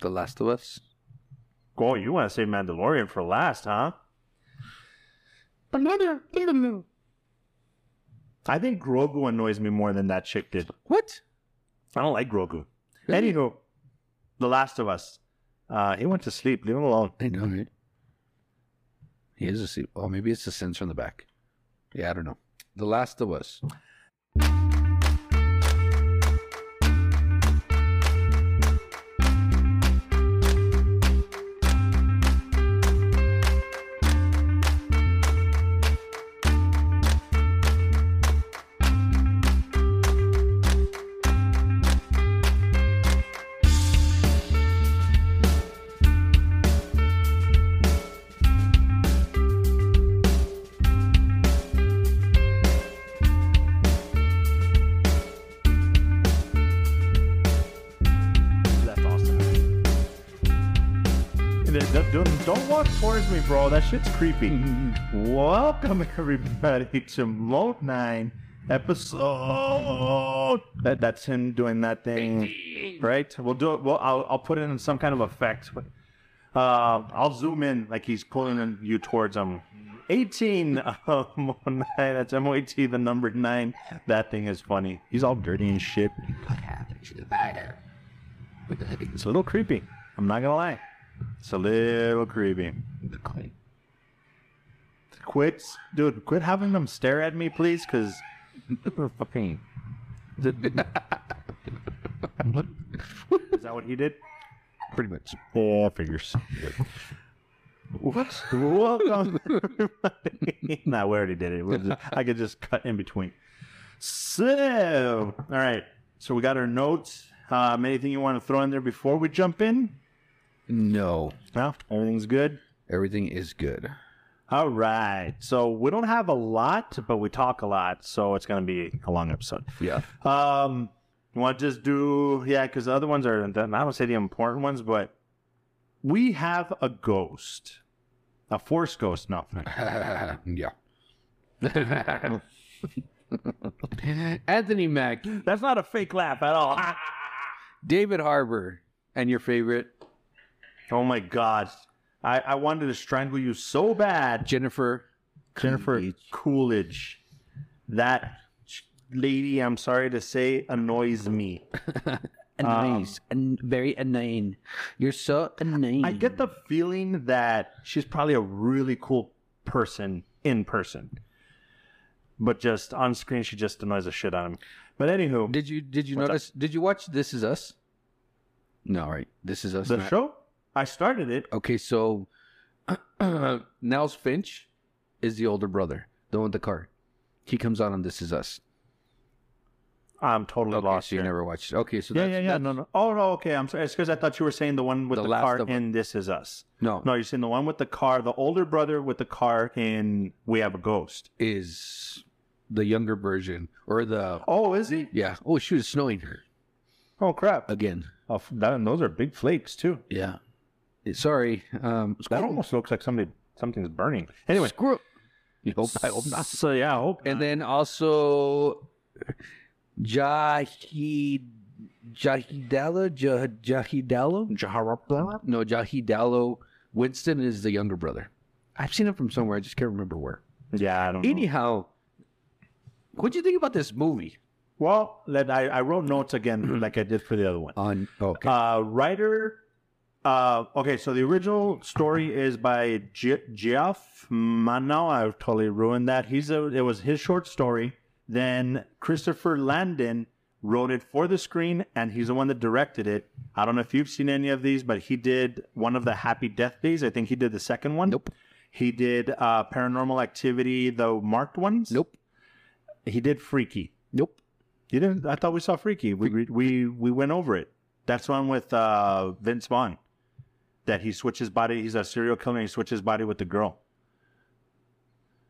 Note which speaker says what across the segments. Speaker 1: The Last of Us.
Speaker 2: Oh, you want to save Mandalorian for last, huh?
Speaker 1: Another little
Speaker 2: I think Grogu annoys me more than that chick did.
Speaker 1: What?
Speaker 2: I don't like Grogu.
Speaker 1: Really?
Speaker 2: Anywho, The Last of Us. Uh, he went to sleep. Leave him alone.
Speaker 1: I know, right? He is asleep. Oh, maybe it's the sensor in the back. Yeah, I don't know. The Last of Us.
Speaker 2: That's awesome. Don't, don't walk towards me, bro. That shit's creepy. Welcome, everybody, to Mode 9 episode. That, that's him doing that thing, right? We'll do it. Well, I'll, I'll put it in some kind of effect. But, uh, I'll zoom in like he's pulling you towards him. 18 uh, Mode 9. That's MOT, the number 9. That thing is funny. He's all dirty and shit.
Speaker 1: What happened to the matter? With the heading
Speaker 2: It's a little creepy. I'm not gonna lie. It's a little creepy.
Speaker 1: the coin.
Speaker 2: Quit, dude. Quit having them stare at me, please, because fucking. Is that what he did?
Speaker 1: Pretty much.
Speaker 2: Yeah, figures.
Speaker 1: What?
Speaker 2: Welcome, everybody. nah, we already did it. We'll just- I could just cut in between. So, all right. So we got our notes. Um, anything you want to throw in there before we jump in?
Speaker 1: No.
Speaker 2: No, everything's good.
Speaker 1: Everything is good.
Speaker 2: All right. So we don't have a lot, but we talk a lot. So it's going to be a long episode.
Speaker 1: Yeah.
Speaker 2: Um, you want to just do, yeah, because the other ones are, I don't want to say the important ones, but we have a ghost, a force ghost. No.
Speaker 1: yeah. Anthony Mack,
Speaker 2: That's not a fake laugh at all.
Speaker 1: David Harbour, and your favorite,
Speaker 2: oh my God. I, I wanted to strangle you so bad.
Speaker 1: Jennifer.
Speaker 2: Jennifer Coolidge. That lady, I'm sorry to say, annoys me.
Speaker 1: Annoying. An- very annoying. You're so annoying.
Speaker 2: Um, I get the feeling that she's probably a really cool person in person, but just on screen she just annoys the shit out of me. But anywho,
Speaker 1: Did you did you
Speaker 2: What's
Speaker 1: notice? Did you watch This Is Us? No, right. This Is Us.
Speaker 2: the
Speaker 1: not-
Speaker 2: show I started it.
Speaker 1: Okay, so Niles Finch is the older brother, the one with the car. He comes out on This Is Us.
Speaker 2: I'm totally
Speaker 1: Okay,
Speaker 2: lost
Speaker 1: so you
Speaker 2: here.
Speaker 1: never watched it. Okay, so
Speaker 2: yeah,
Speaker 1: that's,
Speaker 2: yeah, yeah.
Speaker 1: that's-
Speaker 2: No, no. Oh no. Okay, I'm sorry. It's because I thought you were saying the one with
Speaker 1: The
Speaker 2: the,
Speaker 1: Last
Speaker 2: car
Speaker 1: of
Speaker 2: in This Is Us.
Speaker 1: no,
Speaker 2: No, you're saying the one with the car, the older brother with the car in We Have a Ghost.
Speaker 1: is the younger version or the
Speaker 2: Oh, is he?
Speaker 1: yeah. Oh shoot, it's snowing
Speaker 2: Oh crap.
Speaker 1: again.
Speaker 2: Oh, f- that, and those are big flakes too.
Speaker 1: Yeah. Eh, Sorry. Um,
Speaker 2: That almost looks like somebody something's burning. Anyway,
Speaker 1: Screw. You hope I hope not.
Speaker 2: So yeah, I hope.
Speaker 1: And then also Jahid Jahidala Jah, Jahidalo.
Speaker 2: Jaharapla?
Speaker 1: No, Jahidalo Winston is the younger brother. I've seen him from somewhere. I just can't remember where.
Speaker 2: Yeah, I don't know.
Speaker 1: Anyhow, what do you think about this movie?
Speaker 2: Well, let, I, I wrote notes again, like I did for the other one.
Speaker 1: On okay,
Speaker 2: Uh, writer. Uh, okay, so the original story is by G- Geoff Manow. I totally ruined that. He's a, it was his short story. Then Christopher Landon wrote it for the screen, and he's the one that directed it. I don't know if you've seen any of these, but he did one of the Happy Death Days. I think he did the second one.
Speaker 1: Nope.
Speaker 2: He did uh, Paranormal Activity, the marked ones.
Speaker 1: nope,
Speaker 2: He did Freaky.
Speaker 1: nope.
Speaker 2: You didn't? I thought we saw Freaky. We we- we we went over it. That's the one with uh, Vince Vaughn. That he switches body. He's a serial killer. and He switches body with the girl.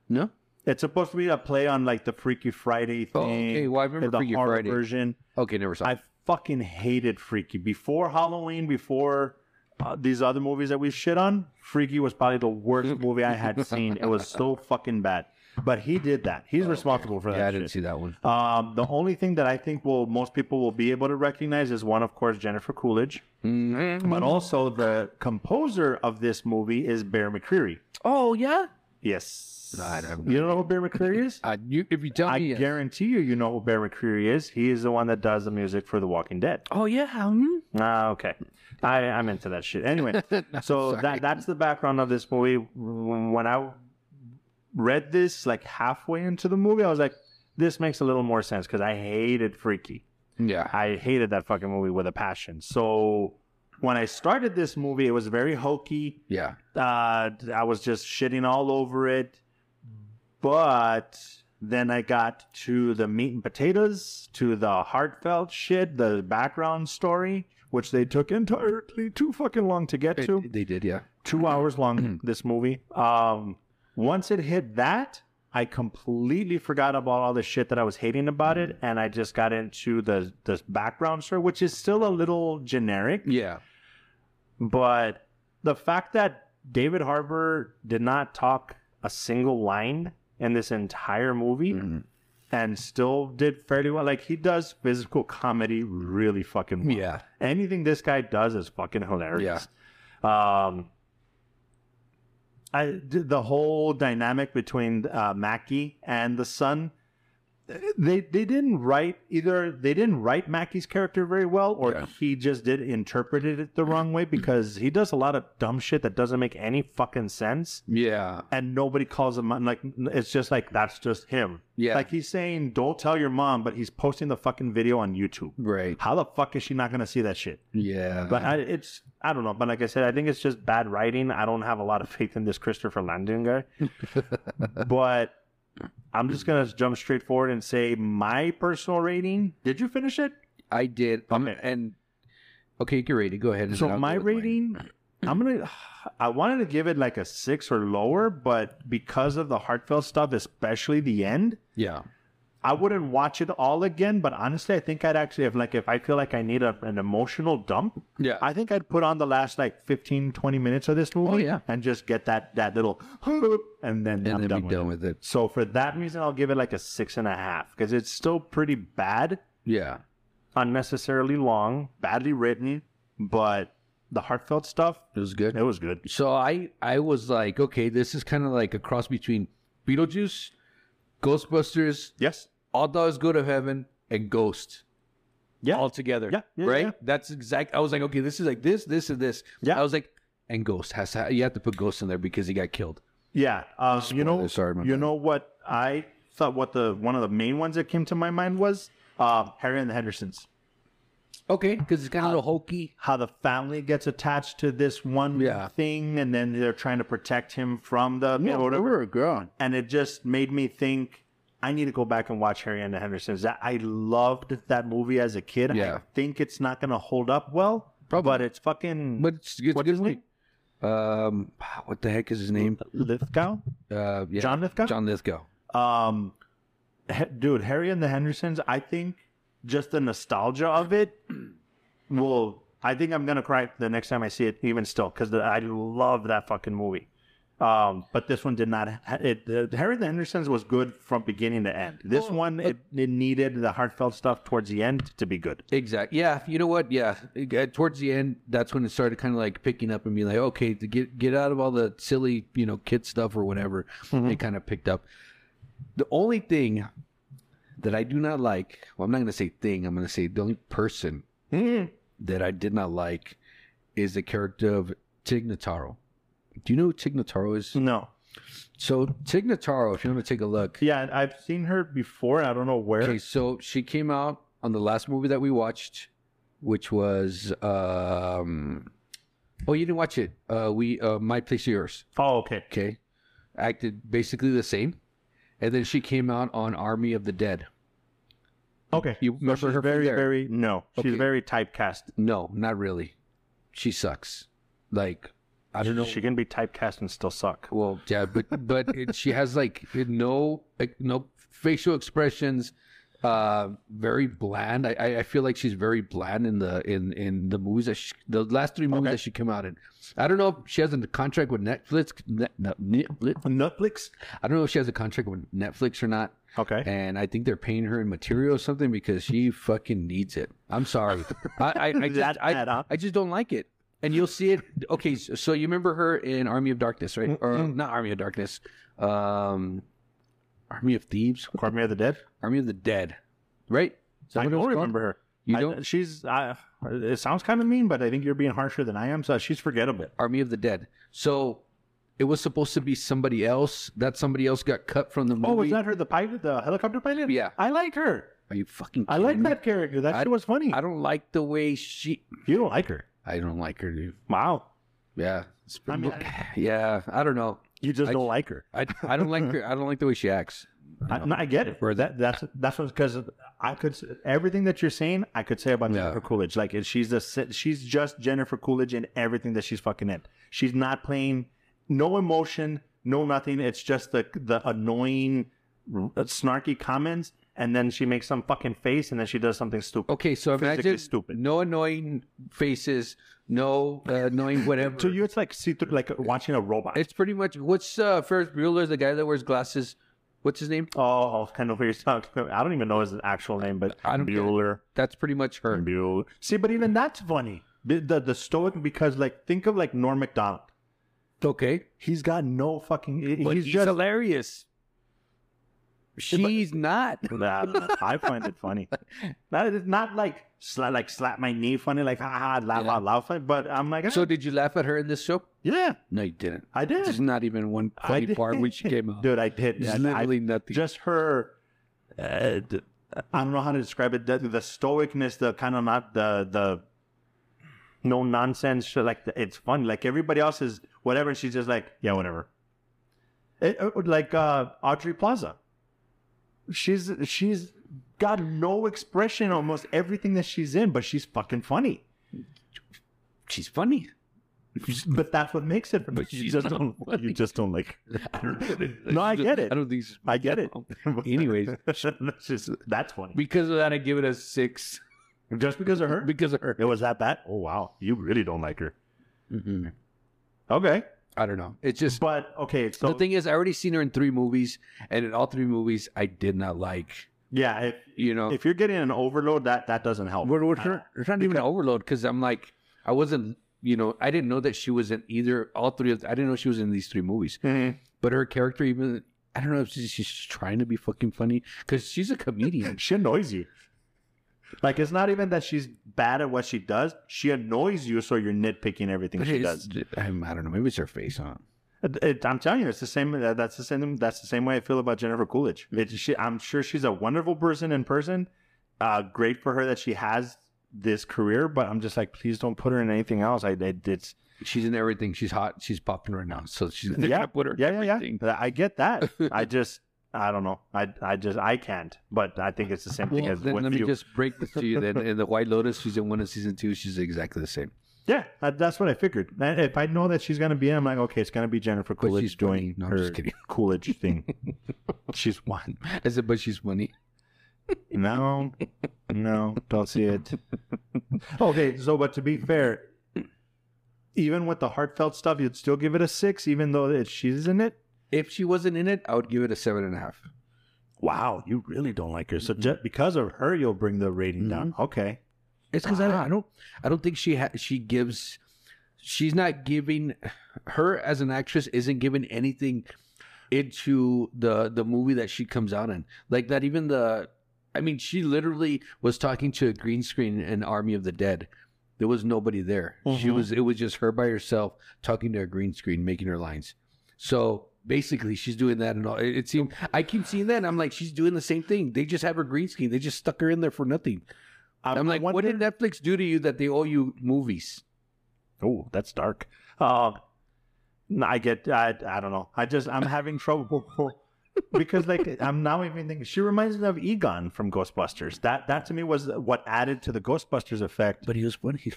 Speaker 1: No,
Speaker 2: It's supposed to be a play on like the Freaky Friday thing.
Speaker 1: Oh, okay. Well, I remember
Speaker 2: the
Speaker 1: Freaky
Speaker 2: horror
Speaker 1: Friday.
Speaker 2: version.
Speaker 1: okay, never saw. it.
Speaker 2: I fucking hated Freaky before Halloween. Before uh, these other movies that we shit on, Freaky was probably the worst movie I had seen. It was so fucking bad. But he did that. He's responsible for that.
Speaker 1: Yeah, I didn't see
Speaker 2: shit.
Speaker 1: that one.
Speaker 2: Um, the only thing that I think will most people will be able to recognize is one, of course, Jennifer Coolidge,
Speaker 1: Mm-hmm.
Speaker 2: but also the composer of this movie is Bear McCreary.
Speaker 1: Oh yeah.
Speaker 2: Yes,
Speaker 1: No, I don't-
Speaker 2: you don't know who Bear McCreary is?
Speaker 1: I, you, if you tell
Speaker 2: I
Speaker 1: me. yes.
Speaker 2: guarantee you, you know who Bear McCreary is. He is the one that does the music for The Walking Dead.
Speaker 1: oh yeah. hmm.
Speaker 2: Ah, okay. I, I'm into that shit. Anyway, so
Speaker 1: sorry.
Speaker 2: that that's the background of this movie. When I read this, like halfway into the movie, I was like, this makes a little more sense because I hated Freaky.
Speaker 1: Yeah.
Speaker 2: I hated that fucking movie with a passion. So when I started this movie, it was very hokey.
Speaker 1: Yeah.
Speaker 2: Uh, I was just shitting all over it. But then I got to the meat and potatoes, to the heartfelt shit, the background story, which they took entirely too fucking long to get
Speaker 1: It-
Speaker 2: to.
Speaker 1: they did. Yeah.
Speaker 2: Two hours long, this movie. Um, once it hit that, I completely forgot about all the shit that I was hating about it, and I just got into the the background story, which is still a little generic.
Speaker 1: Yeah.
Speaker 2: But the fact that David Harbour did not talk a single line in this entire movie and still did fairly well. Like he does physical comedy really fucking well.
Speaker 1: Yeah.
Speaker 2: Anything this guy does is fucking hilarious. Um I d- the whole dynamic between uh, Mackie and the son they they didn't write either they didn't write Mackie's character very well or
Speaker 1: Yeah.
Speaker 2: he just did interpreted it the wrong way because he does a lot of dumb shit that doesn't make any fucking sense
Speaker 1: Yeah.
Speaker 2: and nobody calls him out. like it's just like that's just him
Speaker 1: Yeah.
Speaker 2: like he's saying don't tell your mom but he's posting the fucking video on YouTube
Speaker 1: Right.
Speaker 2: how the fuck is she not gonna see that shit
Speaker 1: Yeah.
Speaker 2: but I, it's I don't know but like I said I think it's just bad writing I don't have a lot of faith in this Christopher Landon guy but I'm just gonna jump straight forward and say my personal rating. Did you finish it?
Speaker 1: I did. Um,
Speaker 2: Okay.
Speaker 1: and okay, you're rating. Go ahead. and then
Speaker 2: So
Speaker 1: I'll
Speaker 2: my
Speaker 1: go with mine.
Speaker 2: rating, I'm gonna. I wanted to give it like a six or lower, but because of the heartfelt stuff, especially the end,
Speaker 1: Yeah.
Speaker 2: I wouldn't watch it all again. But honestly, I think I'd actually have like if I feel like I need a, an emotional dump,
Speaker 1: Yeah.
Speaker 2: I think I'd put on the last like 15, 20 minutes of this movie
Speaker 1: yeah.
Speaker 2: and just get that that little Oh, and then
Speaker 1: and
Speaker 2: I'm
Speaker 1: then
Speaker 2: done
Speaker 1: be
Speaker 2: with it.
Speaker 1: done with it.
Speaker 2: So for that reason, I'll give it like a six and a half because it's still pretty bad,
Speaker 1: Yeah.
Speaker 2: unnecessarily long, badly written, but the heartfelt stuff,
Speaker 1: It was good.
Speaker 2: it was good.
Speaker 1: So I I was like, okay, this is kind of like a cross between Beetlejuice, Ghostbusters,
Speaker 2: Yes.
Speaker 1: All Dogs Go to Heaven, and Ghost.
Speaker 2: Yeah.
Speaker 1: All together.
Speaker 2: Yeah, yeah,
Speaker 1: right.
Speaker 2: yeah.
Speaker 1: That's exact. I was like, okay, this is like this, this, and this.
Speaker 2: Yeah.
Speaker 1: I was like, and Ghost has to. You have to put Ghost in there because he got killed.
Speaker 2: Yeah. Um, you know,
Speaker 1: Spoiler, sorry, my
Speaker 2: you
Speaker 1: bad.
Speaker 2: know what I thought? What the one of the main ones that came to my mind was uh, Harry and the Hendersons.
Speaker 1: Okay, because it's kind
Speaker 2: Uh,
Speaker 1: of a little hokey.
Speaker 2: How the family gets attached to this one
Speaker 1: Yeah.
Speaker 2: thing, and then they're trying to protect him from the you know, whatever.
Speaker 1: were grown.
Speaker 2: and it just made me think I need to go back and watch Harry and the Hendersons. That- I loved that movie as a kid. I
Speaker 1: Yeah.
Speaker 2: think it's not going to hold up well,
Speaker 1: Probably.
Speaker 2: but it's fucking
Speaker 1: But it's, it's
Speaker 2: What's
Speaker 1: good.
Speaker 2: his name?
Speaker 1: Um, what the heck is his name?
Speaker 2: Lithgow,
Speaker 1: Uh, yeah.
Speaker 2: John Lithgow.
Speaker 1: John Lithgow.
Speaker 2: Um, he- dude, Harry and the Hendersons. I think just the nostalgia of it will. I think I'm gonna cry the next time I see it, even still, because I love that fucking movie. Um, but this one did not. ha- It the, Harry and the Hendersons was good from beginning to end. This
Speaker 1: Well,
Speaker 2: one it, it needed the heartfelt stuff towards the end to be good.
Speaker 1: Exactly. Yeah. You know what? Yeah. It got- Towards the end, that's when it started kind of like picking up and being like, okay, to get get out of all the silly, you know, kid stuff or whatever.
Speaker 2: Mm-hmm.
Speaker 1: It kind of picked up. The only thing that I do not like, well, I'm not going to say thing. I'm going to say the only person Mm-hmm. that I did not like is the character of Tignataro. Do you know who Tignataro is?
Speaker 2: No,
Speaker 1: So Tignataro, if you want to take a look,
Speaker 2: yeah, and I've seen her before. I don't know where.
Speaker 1: Okay, so she came out on the last movie that we watched, which was um Oh, you didn't watch it. Uh we uh My Place Yours.
Speaker 2: Oh, okay.
Speaker 1: Okay. Acted basically the same. And then she came out on Army of the Dead.
Speaker 2: Okay.
Speaker 1: You remember
Speaker 2: She's
Speaker 1: her from
Speaker 2: very,
Speaker 1: there?
Speaker 2: very no. She's
Speaker 1: Okay.
Speaker 2: very typecast.
Speaker 1: No, not really. She sucks. Like I don't know.
Speaker 2: She can be typecast and still suck.
Speaker 1: well, yeah, but but it, she has like no like, no facial expressions. uh, very bland. I- I, I feel like she's very bland in the in in the movies that she, the last three movies
Speaker 2: Okay.
Speaker 1: that she came out in. I don't know if she has a contract with Netflix. Net, Net- Netflix.
Speaker 2: Netflix.
Speaker 1: I don't know if she has a contract with Netflix or not.
Speaker 2: Okay.
Speaker 1: And I think they're paying her in material or something because she fucking needs it. I'm sorry. I I, I, just,
Speaker 2: That
Speaker 1: I,
Speaker 2: bad, huh?
Speaker 1: I just don't like it. And you'll see it. Okay, so so you remember her in Army of Darkness, right? Or not Army of Darkness. Um, Army of Thieves,
Speaker 2: Army of the Dead.
Speaker 1: Army of the Dead, right? Is that
Speaker 2: I
Speaker 1: what it was
Speaker 2: don't
Speaker 1: called?
Speaker 2: remember her.
Speaker 1: You
Speaker 2: I-
Speaker 1: don't.
Speaker 2: she's. I, it sounds kind of mean, but I think you're being harsher than I am. So she's forgettable. Oh,
Speaker 1: Army of the Dead. So it was supposed to be somebody else. That somebody else got cut from the movie.
Speaker 2: Oh, was that her? The pilot, the helicopter pilot.
Speaker 1: Yeah.
Speaker 2: I liked her.
Speaker 1: Are you fucking?
Speaker 2: I
Speaker 1: kidding
Speaker 2: liked
Speaker 1: me?
Speaker 2: that character. That
Speaker 1: I-
Speaker 2: shit was funny.
Speaker 1: I don't like the way she.
Speaker 2: you don't like her.
Speaker 1: I don't like her, dude.
Speaker 2: Wow.
Speaker 1: Yeah.
Speaker 2: I mean,
Speaker 1: yeah. I don't know.
Speaker 2: You just
Speaker 1: I-
Speaker 2: don't like her.
Speaker 1: I I don't like her. I don't like the way she acts.
Speaker 2: I, no, I get it.
Speaker 1: Where-
Speaker 2: that that's that's because I could s- everything that you're saying I could say about
Speaker 1: Yeah.
Speaker 2: Jennifer Coolidge. Like it- she's the si- she's just Jennifer Coolidge in everything that she's fucking in. She's not playing no emotion, no nothing. It's just the the annoying snarky comments, and then she makes some fucking face, and then she does something stupid.
Speaker 1: Okay, so
Speaker 2: Physically
Speaker 1: imagine
Speaker 2: stupid.
Speaker 1: no annoying faces, no uh, annoying whatever.
Speaker 2: To you, it's like see through, like watching a robot.
Speaker 1: it's pretty much what's uh, Ferris Bueller, the guy that wears glasses. What's his name?
Speaker 2: oh, kind of weird talking. about. I don't even know his actual name, but
Speaker 1: I don't get it.
Speaker 2: Bueller.
Speaker 1: That's pretty much her.
Speaker 2: Bueller. See, but even that's funny. The, the the stoic because like think of like Norm Macdonald.
Speaker 1: Okay,
Speaker 2: He's got no fucking. he-
Speaker 1: but
Speaker 2: He's,
Speaker 1: he's,
Speaker 2: just.
Speaker 1: hilarious. She's not.
Speaker 2: Nah, nah, I find it funny. That is not like sla- like slap my knee funny, like ha ha laugh
Speaker 1: Yeah.
Speaker 2: out loud funny. But I'm like,
Speaker 1: So did you laugh at her in this show?
Speaker 2: yeah,
Speaker 1: No, you didn't.
Speaker 2: I did.
Speaker 1: There's not even one
Speaker 2: I
Speaker 1: funny
Speaker 2: did.
Speaker 1: part when she came out.
Speaker 2: dude, I did.
Speaker 1: There's
Speaker 2: I- I-
Speaker 1: literally nothing.
Speaker 2: Just her. Uh, d- I don't know how to describe it. The, the stoicness, the kind of not the the no nonsense. shit, Like it's funny. Like everybody else is whatever. and She's just like yeah, whatever. It, it would like uh, Audrey Plaza. She's she's got no expression. Almost everything that she's in, but she's fucking funny.
Speaker 1: She's funny.
Speaker 2: But that's what makes it. But you
Speaker 1: she's
Speaker 2: just
Speaker 1: not
Speaker 2: don't. You
Speaker 1: funny.
Speaker 2: just don't like.
Speaker 1: I don't
Speaker 2: No, I get it.
Speaker 1: I don't think. She's,
Speaker 2: I get it.
Speaker 1: anyways,
Speaker 2: that's just that's funny.
Speaker 1: because of that, I give it a six
Speaker 2: Just because of her?
Speaker 1: because of her.
Speaker 2: It was that bad? Oh wow, you really don't like her.
Speaker 1: Mhm.
Speaker 2: Okay,
Speaker 1: I don't know. It's just
Speaker 2: but okay, so
Speaker 1: the thing is, I already seen her in three movies, and in all three movies, I did not like.
Speaker 2: yeah, if,
Speaker 1: You know,
Speaker 2: if you're getting an overload, that that doesn't help.
Speaker 1: we're, we're, not- it's not even an overload because I'm like, I wasn't. You know, I didn't know that she was in either all three of. I didn't know she was in these three movies.
Speaker 2: Mhm.
Speaker 1: But her character, even I don't know if she's, she's just trying to be fucking funny because she's a comedian.
Speaker 2: She annoys you. Like it's not even that she's bad at what she does; she annoys you, so you're nitpicking everything
Speaker 1: But
Speaker 2: she
Speaker 1: it's-
Speaker 2: does.
Speaker 1: I'm- I don't know. Maybe it's her face on.
Speaker 2: It- it- I'm telling you, it's the same. that- That's the same. That's the same way I feel about Jennifer Coolidge. It's she, I'm sure she's a wonderful person in person. Uh, great for her that she has this career, but I'm just like, please don't put her in anything else. I, I it's
Speaker 1: She's in everything. She's hot. She's popping right now. So she's they're
Speaker 2: yeah,
Speaker 1: gonna put her. in
Speaker 2: yeah, yeah,
Speaker 1: everything.
Speaker 2: yeah. I get that. I just, I don't know. I, I just, I can't. But I think it's the same thing
Speaker 1: Well,
Speaker 2: as
Speaker 1: then
Speaker 2: with
Speaker 1: let me
Speaker 2: you.
Speaker 1: just break this to you. Then in the White Lotus season one and season two, she's exactly the same.
Speaker 2: Yeah, I, that's what I figured. And if I know that she's gonna be in, I'm like, okay, it's gonna be Jennifer Coolidge
Speaker 1: she's funny.
Speaker 2: doing
Speaker 1: No, I'm
Speaker 2: her
Speaker 1: just kidding.
Speaker 2: Coolidge thing. she's one.
Speaker 1: I said, but she's funny.
Speaker 2: No, no, don't see it. Okay, so but to be fair, even with the heartfelt stuff, you'd still give it a six, even though it, she's in it.
Speaker 1: If she wasn't in it, I would give it a seven and a half.
Speaker 2: Wow, you really don't like her. So just because of her, you'll bring the rating down.
Speaker 1: Mm-hmm.
Speaker 2: Okay.
Speaker 1: It's because I, I don't, I don't think she ha- she gives, she's not giving, her as an actress isn't giving anything into the the movie that she comes out in. Like that, even the, I mean, she literally was talking to a green screen in Army of the Dead. There was nobody there. She
Speaker 2: Mhm.
Speaker 1: was it was just her by herself talking to a green screen, making her lines. So basically, she's doing that and all. It, it seemed I keep seeing that. and I'm like, she's doing the same thing. They just have her green screen. They just stuck her in there for nothing.
Speaker 2: I-
Speaker 1: I'm
Speaker 2: I
Speaker 1: like, what
Speaker 2: wonder-
Speaker 1: did Netflix do to you that they owe you movies?
Speaker 2: Oh, that's dark. Uh, no, I get. I, I don't know. I just I'm having trouble because like I'm now even thinking she reminds me of Egon from Ghostbusters. That that to me was what added to the Ghostbusters effect.
Speaker 1: But he was funny.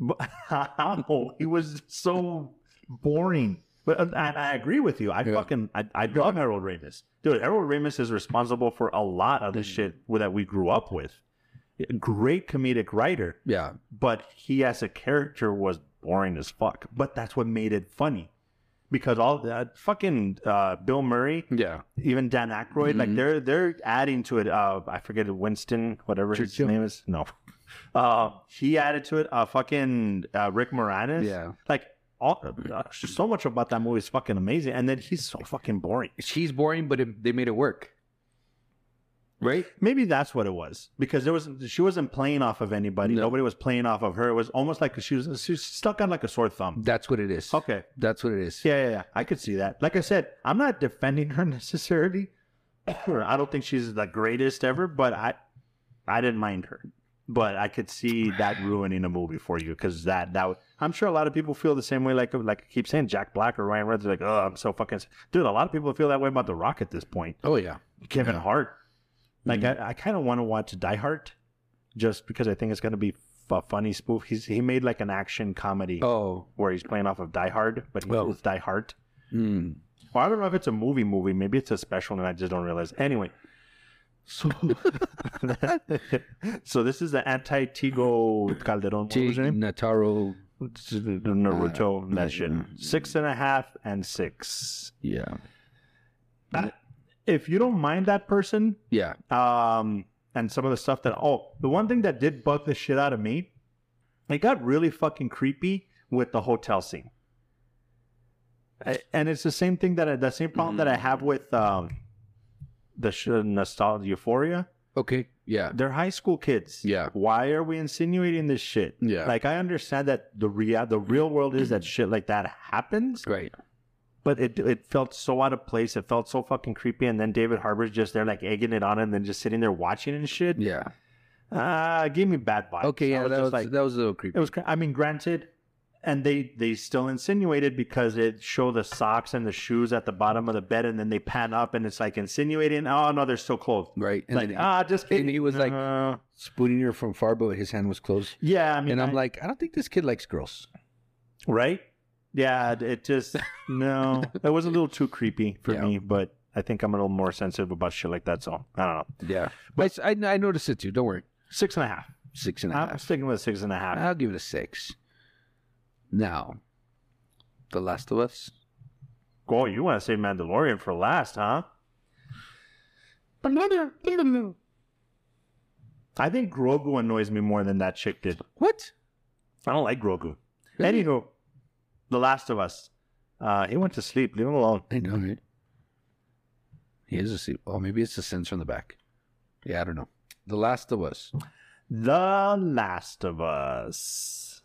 Speaker 2: But how he was so boring. But But uh, and I agree with you. I
Speaker 1: Yeah.
Speaker 2: fucking I, I love Harold Ramis, dude. Harold Ramis is responsible for a lot of the shit that we grew up with. Great comedic writer,
Speaker 1: Yeah.
Speaker 2: but he as a character was boring as fuck. But that's what made it funny, because all that fucking uh, Bill Murray,
Speaker 1: Yeah.
Speaker 2: even Dan Aykroyd,
Speaker 1: Mm-hmm.
Speaker 2: like they're they're adding to it. Uh, I forget it, Winston, whatever
Speaker 1: Churchill?
Speaker 2: his name is. No, uh, he added to it. Uh, fucking uh, Rick Moranis.
Speaker 1: Yeah.
Speaker 2: like all uh, so much about that movie is fucking amazing, and then he's so fucking boring.
Speaker 1: She's boring, but it, they made it work. Right?
Speaker 2: Maybe that's what it was because there was she wasn't playing off of anybody.
Speaker 1: No.
Speaker 2: Nobody was playing off of her. It was almost like she was she was stuck on like a sore thumb.
Speaker 1: That's what it is.
Speaker 2: Okay,
Speaker 1: That's what it is.
Speaker 2: Oh. Yeah, yeah, yeah. I could see that. Like I said, I'm not defending her necessarily. I don't think she's the greatest ever, but I, I didn't mind her. But I could see that ruining a movie for you because that that would, I'm sure a lot of people feel the same way. Like like I keep saying Jack Black or Ryan Reynolds, they're like oh I'm so fucking s-" dude. A lot of people feel that way about The Rock at this point.
Speaker 1: Oh yeah.
Speaker 2: Kevin Hart, like
Speaker 1: Mhm.
Speaker 2: I, I kind of want to watch Die Hard, just because I think it's gonna be f- a funny spoof. He's he made like an action comedy
Speaker 1: Oh.
Speaker 2: where he's playing off of Die Hard, but he,
Speaker 1: Well-
Speaker 2: it's Die Hard.
Speaker 1: Mm.
Speaker 2: Well, I don't know if it's a movie movie. Maybe it's a special and I just don't realize. Anyway. So, so this is the anti Tigo Calderon. What was
Speaker 1: Tig
Speaker 2: her name?
Speaker 1: Notaro.
Speaker 2: Naruto. That shit. Six and a half and six.
Speaker 1: Yeah.
Speaker 2: If you don't mind that person,
Speaker 1: Yeah.
Speaker 2: um, and some of the stuff that oh, the one thing that did bug the shit out of me, it got really fucking creepy with the hotel scene. I, and it's the same thing that I, the same problem that I have with um, the sh- uh, nostalgia euphoria.
Speaker 1: Okay. Yeah.
Speaker 2: They're high school kids.
Speaker 1: Yeah.
Speaker 2: Why are we insinuating this shit?
Speaker 1: Yeah.
Speaker 2: Like I understand that the real the real world is that shit like that happens,
Speaker 1: Right.
Speaker 2: but it it felt so out of place. It felt so fucking creepy. And then David Harbour's just there like egging it on, and then just sitting there watching and shit.
Speaker 1: Yeah.
Speaker 2: Uh, it gave me bad vibes.
Speaker 1: Okay.
Speaker 2: I
Speaker 1: Yeah.
Speaker 2: was
Speaker 1: that
Speaker 2: just
Speaker 1: was
Speaker 2: like
Speaker 1: that was a little creepy.
Speaker 2: it was. cr- I mean, granted, and they they still insinuated because it showed the socks and the shoes at the bottom of the bed, and then they pan up and it's like insinuating. Oh no, they're still clothed.
Speaker 1: right. And
Speaker 2: like
Speaker 1: then he-
Speaker 2: ah, just
Speaker 1: and
Speaker 2: kidding."
Speaker 1: he was like-
Speaker 2: Uh,
Speaker 1: spooning her from far, but his hand was closed.
Speaker 2: yeah. I mean,
Speaker 1: And I'm
Speaker 2: I-
Speaker 1: like, I don't think this kid likes girls.
Speaker 2: right? Yeah, it- it just no. It was a little too creepy for
Speaker 1: Yeah.
Speaker 2: me, but I think I'm a little more sensitive about shit like that. So I don't know.
Speaker 1: Yeah. But I, I noticed it too. Don't worry.
Speaker 2: Six and a half.
Speaker 1: Six and a
Speaker 2: I'm
Speaker 1: half. Uh,
Speaker 2: sticking with six and a half.
Speaker 1: I'll give it a six. Now, The Last of Us.
Speaker 2: Oh, you want to say Mandalorian for last, huh? I think Grogu annoys me more than that chick did.
Speaker 1: What?
Speaker 2: I don't like Grogu.
Speaker 1: Really?
Speaker 2: Anywho, The Last of Us. Uh, he went to sleep. Leave him alone.
Speaker 1: I know, right? He is a seat. Oh, maybe it's the sense from the back. Yeah, I don't know. The Last of Us.
Speaker 2: The Last of Us.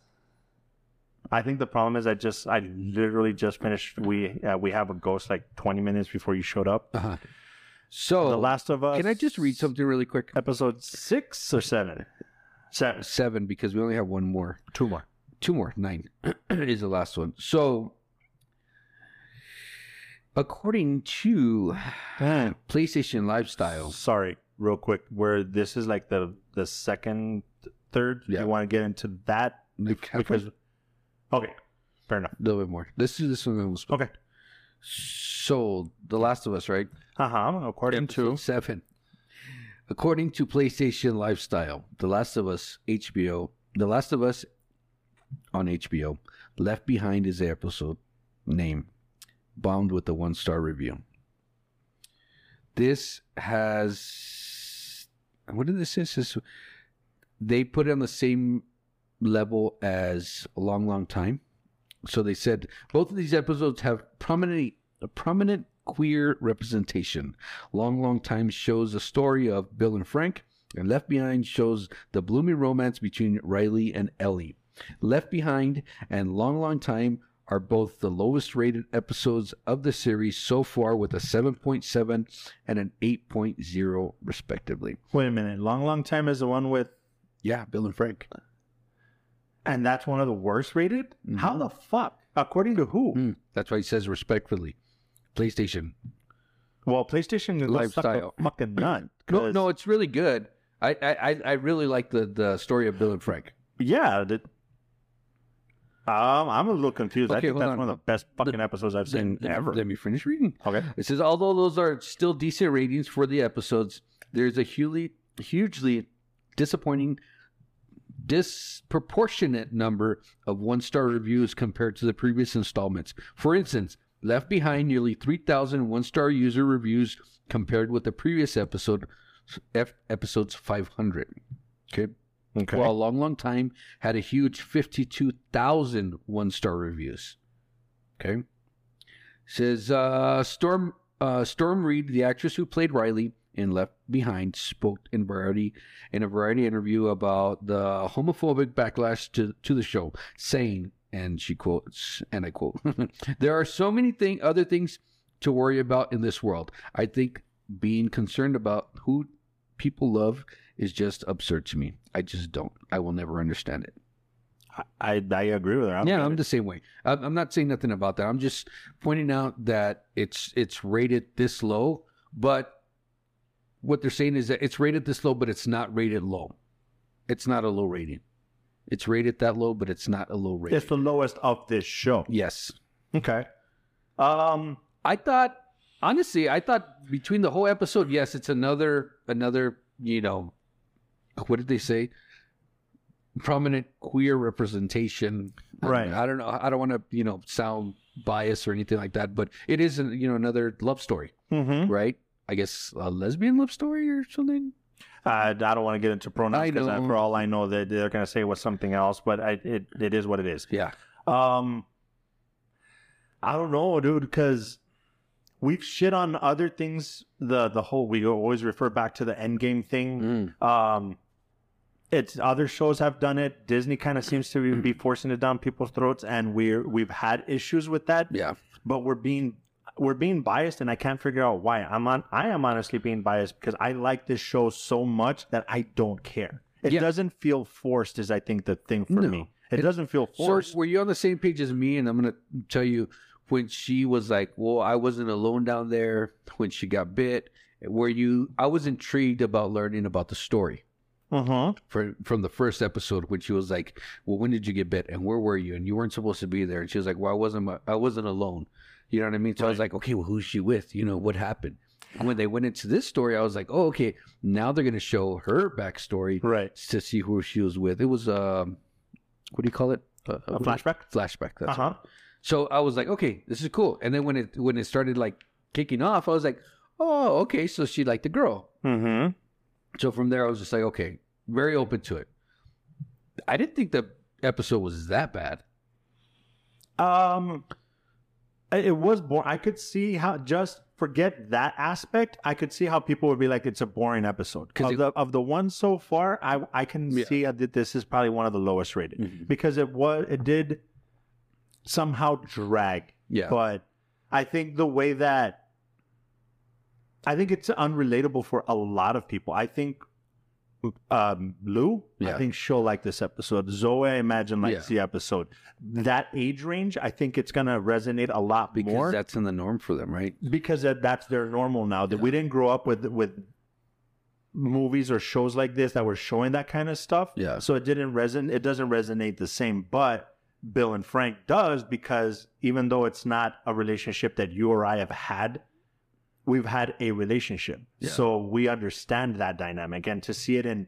Speaker 2: I think the problem is I just I literally just finished. We uh, we have a ghost like twenty minutes before you showed up.
Speaker 1: Uh-huh. So,
Speaker 2: the Last of Us.
Speaker 1: Oh, can I just read something really quick?
Speaker 2: Episode six or seven. Seven.
Speaker 1: Seven, because we only have one more.
Speaker 2: Two more.
Speaker 1: two more nine is the last one so according to playstation lifestyle
Speaker 2: Sorry, real quick. Where this is like the the second, third.
Speaker 1: Yeah.
Speaker 2: You want to get into that because. Okay, fair enough.
Speaker 1: a little bit more let's do this one and we'll split.
Speaker 2: Okay.
Speaker 1: so the last of us right
Speaker 2: Uh huh. According to
Speaker 1: Episode seven according to playstation lifestyle the last of us hbo the last of us on hbo left behind is the episode name bombed with a one-star review this has what did this is this they put it on the same level as a long long time so they said both of these episodes have prominent prominent queer representation long long time shows the story of bill and frank and left behind shows the bloomy romance between riley and ellie left behind and long long time are both the lowest rated episodes of the series so far with a 7.7 and an 8.0 respectively
Speaker 2: wait a minute. Long, long time is the one with
Speaker 1: yeah bill and frank
Speaker 2: and that's one of the worst rated. How the fuck? According to who?
Speaker 1: Mm-hmm. Mm, that's why he says respectfully. PlayStation.
Speaker 2: Well, PlayStation is
Speaker 1: Lifestyle.
Speaker 2: a fucking nut.
Speaker 1: No,
Speaker 2: 'cause-
Speaker 1: no, it's really good. I, I, I- I really like the, the story of Bill and Frank.
Speaker 2: yeah. That, Um, I'm a little confused. I
Speaker 1: Okay,
Speaker 2: think
Speaker 1: hold
Speaker 2: that's
Speaker 1: on.
Speaker 2: one of the best fucking episodes I've seen
Speaker 1: Then
Speaker 2: ever.
Speaker 1: let me finish reading.
Speaker 2: okay.
Speaker 1: It says, although those are still decent ratings for the episodes, there's a hugely, hugely disappointing, disproportionate number of one star reviews compared to the previous installments. For instance, Left Behind nearly 3,000 one star user reviews compared with the previous episode, F, episodes 500. Okay.
Speaker 2: Okay.
Speaker 1: Well, a long, long time had a huge 52,000 one star reviews. Okay. Says uh, Storm uh, Storm Reed, the actress who played Riley in Left Behind, spoke in variety in a variety interview about the homophobic backlash to to the show, saying, and she quotes, and I quote, "There are so many thing other things to worry about in this world. I think being concerned about who people love is just absurd to me. I just don't. I will never understand it."
Speaker 2: I, I agree with her. I don't
Speaker 1: yeah,
Speaker 2: get
Speaker 1: I'm
Speaker 2: it.
Speaker 1: the same way. I'm I'm not saying nothing about that. I'm just pointing out that it's it's rated this low, but what they're saying is that it's rated this low, but it's not rated low. It's not a low rating. It's rated that low, but it's not a low rating.
Speaker 2: it's the lowest of this show.
Speaker 1: yes,
Speaker 2: Okay. Um,
Speaker 1: I thought honestly, I thought between the whole episode, yes, it's another another you know, what did they say? Prominent queer representation. I don't
Speaker 2: Right.
Speaker 1: know. I don't know. I don't want to you know sound biased or anything like that, but it is an- you know another love story,
Speaker 2: mhm.
Speaker 1: right? I guess a lesbian love story or something.
Speaker 2: I, I don't want to get into
Speaker 1: I
Speaker 2: pronouns because
Speaker 1: know.
Speaker 2: for all I know, that they're going to say it was something else, but I, it, it is what it is.
Speaker 1: Yeah.
Speaker 2: Um, I don't know, dude, because we've shit on other things. The the whole we always refer back to the Endgame thing.
Speaker 1: Mm-hmm.
Speaker 2: Um, it's other shows have done it. Disney kind of seems to be, be forcing it down people's throats, and we're we've had issues with that.
Speaker 1: Yeah.
Speaker 2: But we're being we're being biased, and I can't figure out why. I'm on. I am honestly being biased because I like this show so much that I don't care. It
Speaker 1: Yeah.
Speaker 2: doesn't feel forced, is I think the thing for
Speaker 1: No.
Speaker 2: me. It,
Speaker 1: It-
Speaker 2: doesn't feel
Speaker 1: So
Speaker 2: forced.
Speaker 1: were you on the same page as me? And I'm gonna tell you when she was like, "Well, I wasn't alone down there when she got bit." Were you? I was intrigued about learning about the story
Speaker 2: Uh-huh.
Speaker 1: from from the first episode when she was like, "Well, when did you get bit? And where were you? And you weren't supposed to be there." And she was like, "Well, I wasn't. I wasn't alone." You know what I mean? So I was like, "Okay, well, who's she with? You know what happened?" And when they went into this story, I was like, "Oh, okay. Now they're gonna show her backstory
Speaker 2: Right.
Speaker 1: to see who she was with." It was um, what do you call it? Uh,
Speaker 2: A flashback.
Speaker 1: flashback. Uh-huh. That's
Speaker 2: Uh huh.
Speaker 1: so I was like, okay, this is cool. And then when it when it started like kicking off, I was like, oh, okay, so she liked the girl.
Speaker 2: Mm-hmm.
Speaker 1: So from there, I was just like, okay, very open to it. I didn't think the episode was that bad.
Speaker 2: Um, I- it was boring. I could see how just forget that aspect. I could see how people would be like, "It's a boring episode."
Speaker 1: 'Cause
Speaker 2: Of
Speaker 1: it-
Speaker 2: the of the ones so far, I I can
Speaker 1: Yeah.
Speaker 2: see that this is probably one of the lowest rated
Speaker 1: Mhm.
Speaker 2: because it was it did somehow drag.
Speaker 1: Yeah,
Speaker 2: But I think the way that I think it's unrelatable for a lot of people. I think um, Lou,
Speaker 1: Yeah.
Speaker 2: I think she'll like this episode. Zoe, I imagine likes
Speaker 1: Yeah.
Speaker 2: the episode. That age range, I think it's gonna resonate a lot
Speaker 1: because
Speaker 2: more
Speaker 1: that's in the norm for them, right?
Speaker 2: because that, that's their normal now. That we didn't grow up with with movies or shows like this that were showing that kind of stuff.
Speaker 1: Yeah.
Speaker 2: So it didn't resonate. It doesn't resonate the same, but Bill and Frank does because even though it's not a relationship that you or I have had, we've had a relationship,
Speaker 1: Yeah.
Speaker 2: so we understand that dynamic. And to see it in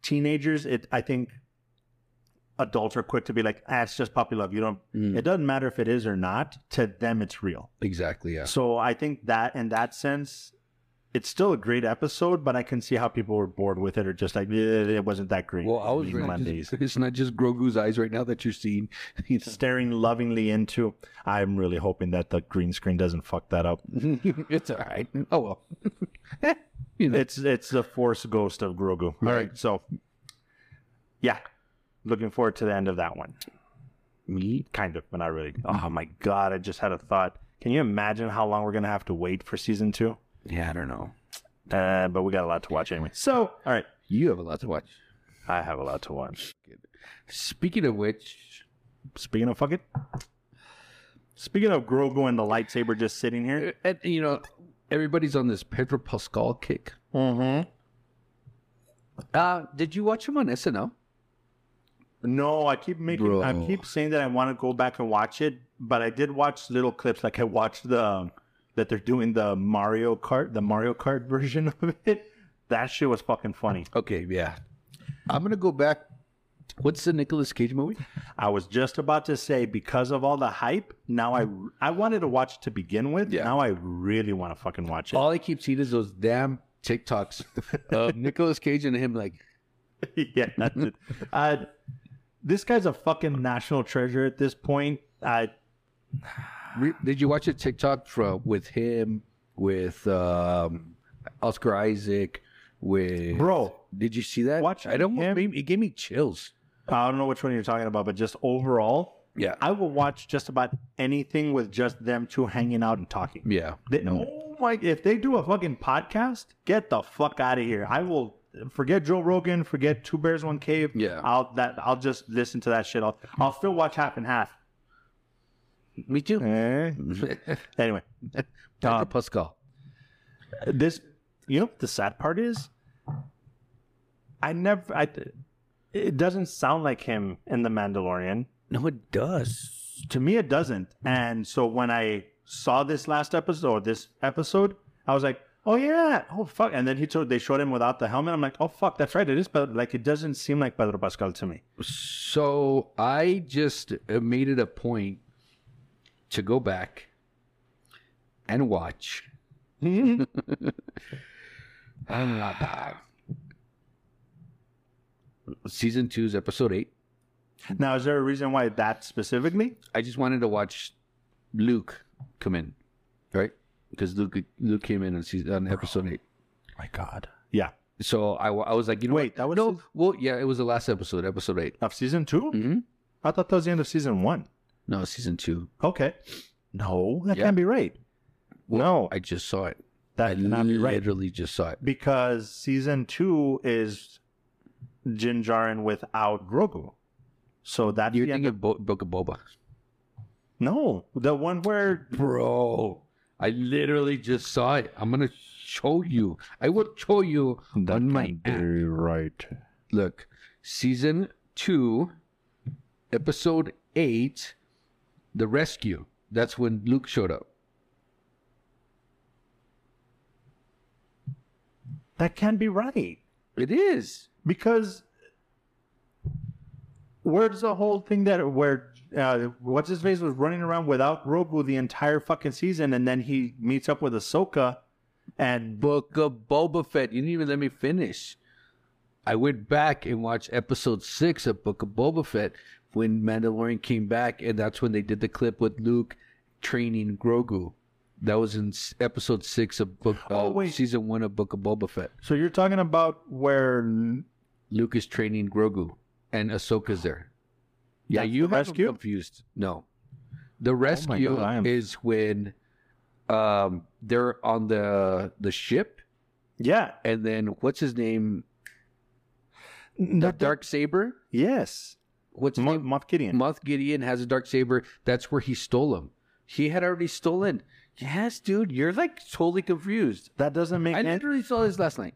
Speaker 2: teenagers, it I think adults are quick to be like, ah, it's just puppy love. You don't.
Speaker 1: Mm.
Speaker 2: It doesn't matter if it is or not. To them, it's real.
Speaker 1: Exactly. Yeah.
Speaker 2: So I think that in that sense, it's still a great episode, but I can see how people were bored with it or just like "Eh, it wasn't that great.
Speaker 1: Well, I was
Speaker 2: Leave
Speaker 1: really
Speaker 2: Mondays.
Speaker 1: just, it's not just Grogu's eyes right now that you're seeing. You know?
Speaker 2: staring lovingly into. I'm really hoping that the green screen doesn't fuck that up.
Speaker 1: it's all right. Oh well. you know.
Speaker 2: It's it's the force ghost of Grogu. All
Speaker 1: Right.
Speaker 2: right, so yeah, looking forward to the end of that one.
Speaker 1: me
Speaker 2: Kind of, but not really. Oh my god, I just had a thought. Can you imagine how long we're gonna have to wait for season two?
Speaker 1: Yeah, I don't know.
Speaker 2: Uh, but we got a lot to watch anyway. So all right,
Speaker 1: You have a lot to watch.
Speaker 2: I have a lot to watch.
Speaker 1: Speaking of which,
Speaker 2: Speaking of fuck it. Speaking of Grogu and the lightsaber just sitting here.
Speaker 1: and you know, everybody's on this Pedro Pascal kick.
Speaker 2: Mm-hmm.
Speaker 1: Uh, did you watch him on SNL?
Speaker 2: No, I keep making. I
Speaker 1: Bro.
Speaker 2: keep saying that I want to go back and watch it, but I did watch little clips. Like I watched the um, that they're doing the Mario Kart, the Mario Kart version of it. That shit was fucking funny.
Speaker 1: Okay, yeah. I'm gonna go back. What's the Nicolas Cage movie?
Speaker 2: I was just about to say because of all the hype. Now I I wanted to watch it to begin with.
Speaker 1: Yeah.
Speaker 2: Now I really want to fucking watch it.
Speaker 1: All I keep seeing is those damn TikToks of Nicolas Cage and him like
Speaker 2: yeah, that's it. Uh, this guy's a fucking national treasure at this point. I
Speaker 1: Re- Did you watch a TikTok from with him with um, Oscar Isaac with
Speaker 2: bro,
Speaker 1: Did you see that?
Speaker 2: Watching
Speaker 1: I don't.
Speaker 2: him-
Speaker 1: Made, me- it gave me chills.
Speaker 2: I don't know which one you're talking about, but just overall,
Speaker 1: Yeah.
Speaker 2: I will watch just about anything with just them two hanging out and talking.
Speaker 1: yeah.
Speaker 2: They- Oh my! If they do a fucking podcast, get the fuck out of here. I will forget Joe Rogan, forget Two Bears One Cave.
Speaker 1: Yeah.
Speaker 2: I'll that I'll just listen to that shit. I'll I'll still watch half and half.
Speaker 1: Me too.
Speaker 2: Eh. Anyway,
Speaker 1: Dr. Pascal.
Speaker 2: this you know what the sad part is i never i it doesn't sound like him in the mandalorian
Speaker 1: No, it does.
Speaker 2: to me it doesn't and so when i saw this last episode or this episode i was like oh yeah oh fuck and then he told they showed him without the helmet i'm like oh fuck that's right it is but like it doesn't seem like pedro pascal to me
Speaker 1: So I just uh, made it a point to go back and watch. Ah. Season two's episode eight.
Speaker 2: now is there a reason why that specifically
Speaker 1: I just wanted to watch Luke come in, right? Because Luke Luke came in on season on episode eight.
Speaker 2: my god yeah
Speaker 1: So I, wa- I was like, you know,
Speaker 2: Wait,
Speaker 1: what?
Speaker 2: that was
Speaker 1: no.
Speaker 2: his-
Speaker 1: Well, yeah, it was the last episode, episode 8
Speaker 2: of season 2
Speaker 1: Mhm.
Speaker 2: i thought that was the end of season one
Speaker 1: No, season two.
Speaker 2: okay no that
Speaker 1: Yeah.
Speaker 2: can't be right no
Speaker 1: I just saw it.
Speaker 2: that
Speaker 1: I
Speaker 2: cannot be right
Speaker 1: literally just saw it.
Speaker 2: because season two is Jin Jaren without Grogu. So that's
Speaker 1: You're
Speaker 2: the end
Speaker 1: thinking of Bo- Book of Boba,
Speaker 2: of- no, the one where
Speaker 1: bro. I literally just saw it. I'm gonna show you. I will show you on my app.
Speaker 2: right.
Speaker 1: look. Season two, episode eight, the rescue. That's when Luke showed up.
Speaker 2: That can't be right
Speaker 1: It is.
Speaker 2: because where's the whole thing that where uh, what's his face was running around without Grogu the entire fucking season, and then he meets up with Ahsoka, and
Speaker 1: Book of Boba Fett. You didn't even let me finish. I went back and watched episode six of Book of Boba Fett when Mandalorian came back, and that's when they did the clip with Luke training Grogu. That was in s- episode six of book
Speaker 2: Oh,
Speaker 1: uh,
Speaker 2: wait.
Speaker 1: season one of Book of Boba Fett.
Speaker 2: so you're talking about where
Speaker 1: Luke is training Grogu, and Ahsoka's there. Yeah,
Speaker 2: That's
Speaker 1: you
Speaker 2: the
Speaker 1: have 'em
Speaker 2: rescue? Oh
Speaker 1: confused. No, the rescue
Speaker 2: God, I am-
Speaker 1: is when um, they're on the the ship,
Speaker 2: yeah,
Speaker 1: and then what's his name? The
Speaker 2: That-
Speaker 1: dark saber.
Speaker 2: yes,
Speaker 1: What's his
Speaker 2: Mo-
Speaker 1: name?
Speaker 2: Moff Gideon.
Speaker 1: Moth Gideon has a dark saber. That's where he stole him. He had already stolen. Yes, dude, you're like totally confused.
Speaker 2: That doesn't make
Speaker 1: I
Speaker 2: any
Speaker 1: literally saw this last night.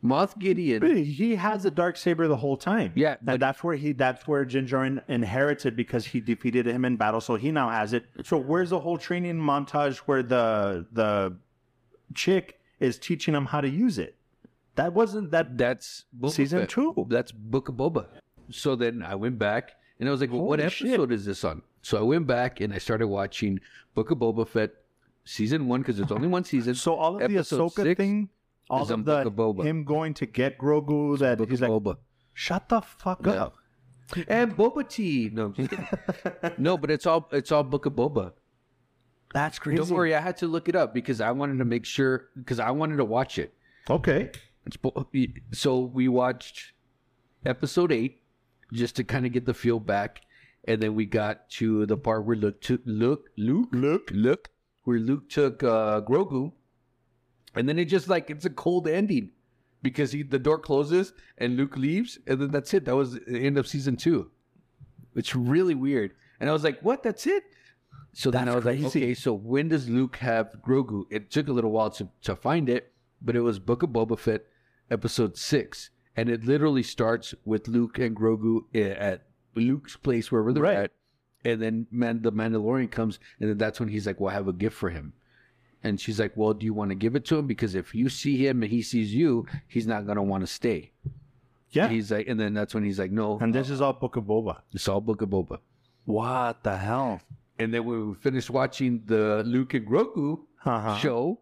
Speaker 1: Moth Gideon.
Speaker 2: He has the dark saber the whole time.
Speaker 1: Yeah, but-
Speaker 2: and that's where he that's where Jin Jaren inherited because he defeated him in battle, so he now has it. So where's the whole training montage where the the chick is teaching him how to use it? That wasn't that
Speaker 1: That's Boba
Speaker 2: season
Speaker 1: Fett.
Speaker 2: two.
Speaker 1: That's Book of Boba. So then I went back and I was like, well, what
Speaker 2: Holy shit.
Speaker 1: episode is this on? So I went back and I started watching Book of Boba Fett season one because it's only one season.
Speaker 2: So all of
Speaker 1: Episode
Speaker 2: the Ahsoka
Speaker 1: six
Speaker 2: thing, all
Speaker 1: is
Speaker 2: of
Speaker 1: on
Speaker 2: the
Speaker 1: Book of Boba.
Speaker 2: him going to get Grogu that
Speaker 1: Book
Speaker 2: he's
Speaker 1: of Boba.
Speaker 2: like, shut the fuck
Speaker 1: No.
Speaker 2: up.
Speaker 1: And Boba tea. No, I'm just kidding. no, but it's all it's all Book of Boba.
Speaker 2: That's crazy.
Speaker 1: Don't worry, I had to look it up because I wanted to make sure because I wanted to watch it.
Speaker 2: Okay.
Speaker 1: It's bo- So we watched episode eight just to kind of get the feel back, and then we got to the part where Luke took Luke Luke
Speaker 2: Look.
Speaker 1: Luke where Luke took uh, Grogu, and then it just like it's a cold ending because he the door closes and Luke leaves, and then that's it. That was the end of season two. It's really weird, and I was like, "What? That's it." So then I
Speaker 2: That's
Speaker 1: was like,
Speaker 2: crazy.
Speaker 1: okay, so when does Luke have Grogu? It took a little while to, to find it, but it was Book of Boba Fett, episode six. and it literally starts with Luke and Grogu i- at Luke's place wherever they're
Speaker 2: Right.
Speaker 1: at, and then Man- the Mandalorian comes, and then that's when he's like, "Well, I have a gift for him." And she's like, "Well, do you want to give it to him? Because if you see him and he sees you, he's not gonna want to stay."
Speaker 2: Yeah.
Speaker 1: He's like, and then that's when he's like, "No,
Speaker 2: and this is all Book of Boba.
Speaker 1: it's all Book of Boba."
Speaker 2: What the hell?
Speaker 1: And then when we finished watching the Luke and Grogu
Speaker 2: Uh-huh.
Speaker 1: show,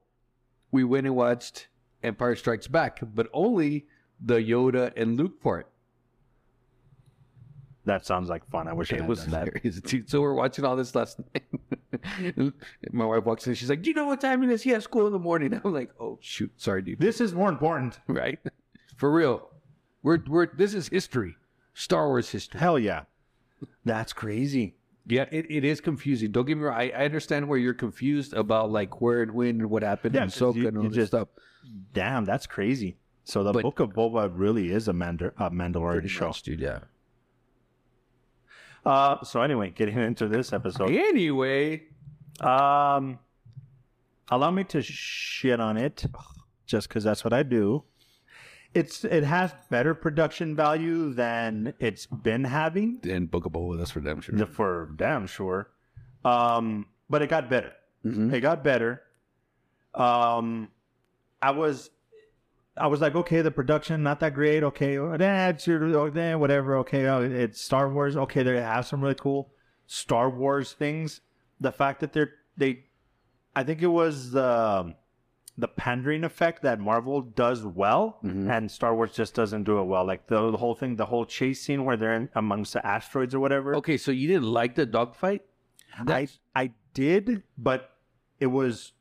Speaker 1: we went and watched Empire Strikes Back, but only the Yoda and Luke part.
Speaker 2: That sounds like fun. I wish I
Speaker 1: It
Speaker 2: had
Speaker 1: was
Speaker 2: done that.
Speaker 1: hilarious, dude. So we're watching all this last night. My wife walks in. She's like, "Do you know what time it is? He has school in the morning." I'm like, "Oh shoot, sorry, dude."
Speaker 2: This is more important.
Speaker 1: Right? For real, we're we're this is history, Star Wars history.
Speaker 2: Hell yeah. That's crazy.
Speaker 1: Yeah, it, it is confusing. Don't get me wrong. I, I understand where you're confused about like where and when and what happened
Speaker 2: Yeah,
Speaker 1: and
Speaker 2: 'cause
Speaker 1: Ahsoka
Speaker 2: you-
Speaker 1: and all
Speaker 2: you
Speaker 1: this
Speaker 2: just-
Speaker 1: stuff.
Speaker 2: Damn, that's crazy. So the
Speaker 1: But-
Speaker 2: Book of Boba really is a, Mandar- a Mandalorian
Speaker 1: Pretty
Speaker 2: show.
Speaker 1: much, dude. Yeah.
Speaker 2: Uh, so anyway, getting into this episode,
Speaker 1: Anyway,
Speaker 2: um, allow me to shit on it, just because that's what I do. It's it has better production value than it's been having
Speaker 1: and Book of Boba, that's for damn sure.
Speaker 2: the- for damn sure, um, but it got better.
Speaker 1: Mhm.
Speaker 2: It got better. Um, I was. I was like, okay, the production not that great. Okay, oh, eh, it's your- oh, eh, whatever. Okay, oh, it's Star Wars. Okay, they have some really cool Star Wars things. The fact that they're they, I think it was the the pandering effect that Marvel does well, and Star Wars just doesn't do it well. Like the, the whole thing, the whole chase scene where they're in, amongst the asteroids or whatever.
Speaker 1: Okay, so you didn't like the dogfight?
Speaker 2: I
Speaker 1: That's-
Speaker 2: I did, but it was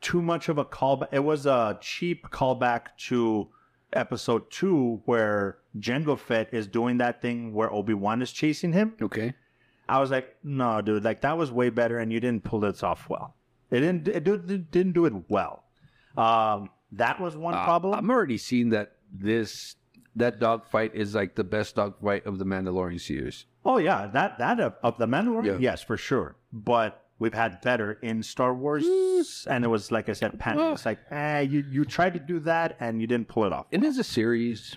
Speaker 2: too much of a callback. It was a cheap callback to episode two, where Jango Fett is doing that thing where Obi Wan is chasing him.
Speaker 1: Okay.
Speaker 2: I was like, no, dude, like that was way better, and you didn't pull this off well. It didn't. It do- it didn't do it well. Um, that was one
Speaker 1: Uh,
Speaker 2: problem.
Speaker 1: I'm already seeing that this that dogfight is like the best dogfight of the Mandalorian series.
Speaker 2: Oh yeah, that that of, of the Mandalorian,
Speaker 1: Yeah.
Speaker 2: yes, for sure. But we've had better in Star Wars, and it was like I said, pan. It's like, eh, you you tried to do that and you didn't pull it off.
Speaker 1: It is a series.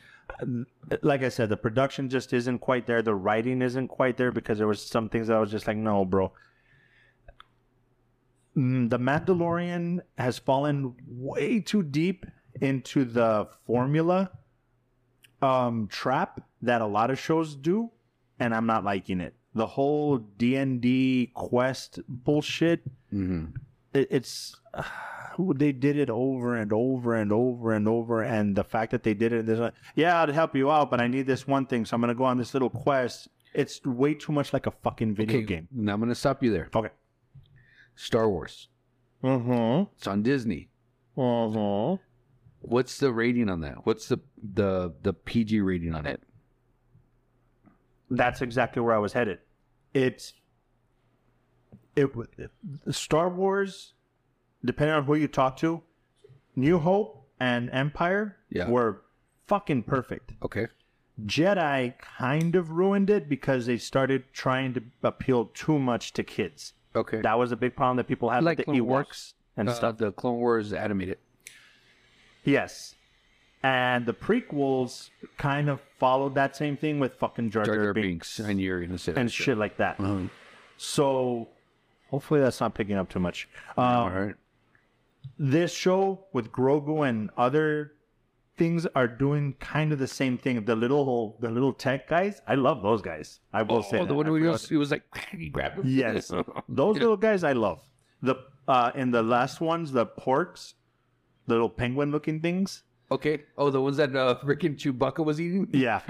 Speaker 2: Like I said, the production just isn't quite there. The writing isn't quite there because there was some things that I was just like, no, bro. Mm, The Mandalorian has fallen way too deep into the formula um, trap that a lot of shows do, and I'm not liking it. The whole D and D quest bullshit.
Speaker 1: Mm-hmm.
Speaker 2: It, it's they did it over and over and over and over, and the fact that they did it, there's like, yeah, I'd help you out, but I need this one thing, so I'm gonna go on this little quest. It's way too much like a fucking video
Speaker 1: Okay,
Speaker 2: game.
Speaker 1: now I'm gonna stop you there.
Speaker 2: Okay.
Speaker 1: Star Wars.
Speaker 2: Mm-hmm.
Speaker 1: It's on Disney.
Speaker 2: Mm-hmm.
Speaker 1: What's the rating on that? What's the the the PG rating on it?
Speaker 2: that's exactly where I was headed. It's it, w- Star Wars, depending on who you talk to, New Hope and Empire
Speaker 1: Yeah.
Speaker 2: were fucking perfect.
Speaker 1: Okay.
Speaker 2: Jedi kind of ruined it because they started trying to appeal too much to kids.
Speaker 1: Okay.
Speaker 2: That was a big problem that people had
Speaker 1: Like
Speaker 2: with the
Speaker 1: Clone
Speaker 2: Ewoks
Speaker 1: Wars.
Speaker 2: and
Speaker 1: Uh,
Speaker 2: stuff.
Speaker 1: the Clone Wars animated.
Speaker 2: Yes. And the prequels kind of followed that same thing with fucking Jar
Speaker 1: Jar
Speaker 2: Jar
Speaker 1: Jar
Speaker 2: Binks
Speaker 1: Binks and you're gonna say
Speaker 2: and shit like that.
Speaker 1: Uh-huh.
Speaker 2: So hopefully that's not picking up too much.
Speaker 1: All
Speaker 2: Um,
Speaker 1: right.
Speaker 2: This show with Grogu and other things are doing kind of the same thing. The little the little tech guys, I love those guys. I will say
Speaker 1: Oh,
Speaker 2: that.
Speaker 1: the one
Speaker 2: I
Speaker 1: who
Speaker 2: forgot
Speaker 1: was, he was like, he grabbed him.
Speaker 2: Yes. Those little guys I love. The uh in the last ones, the porks, the little penguin looking things.
Speaker 1: Okay. Oh, the ones that uh, Rick and Chewbacca was eating.
Speaker 2: Yeah.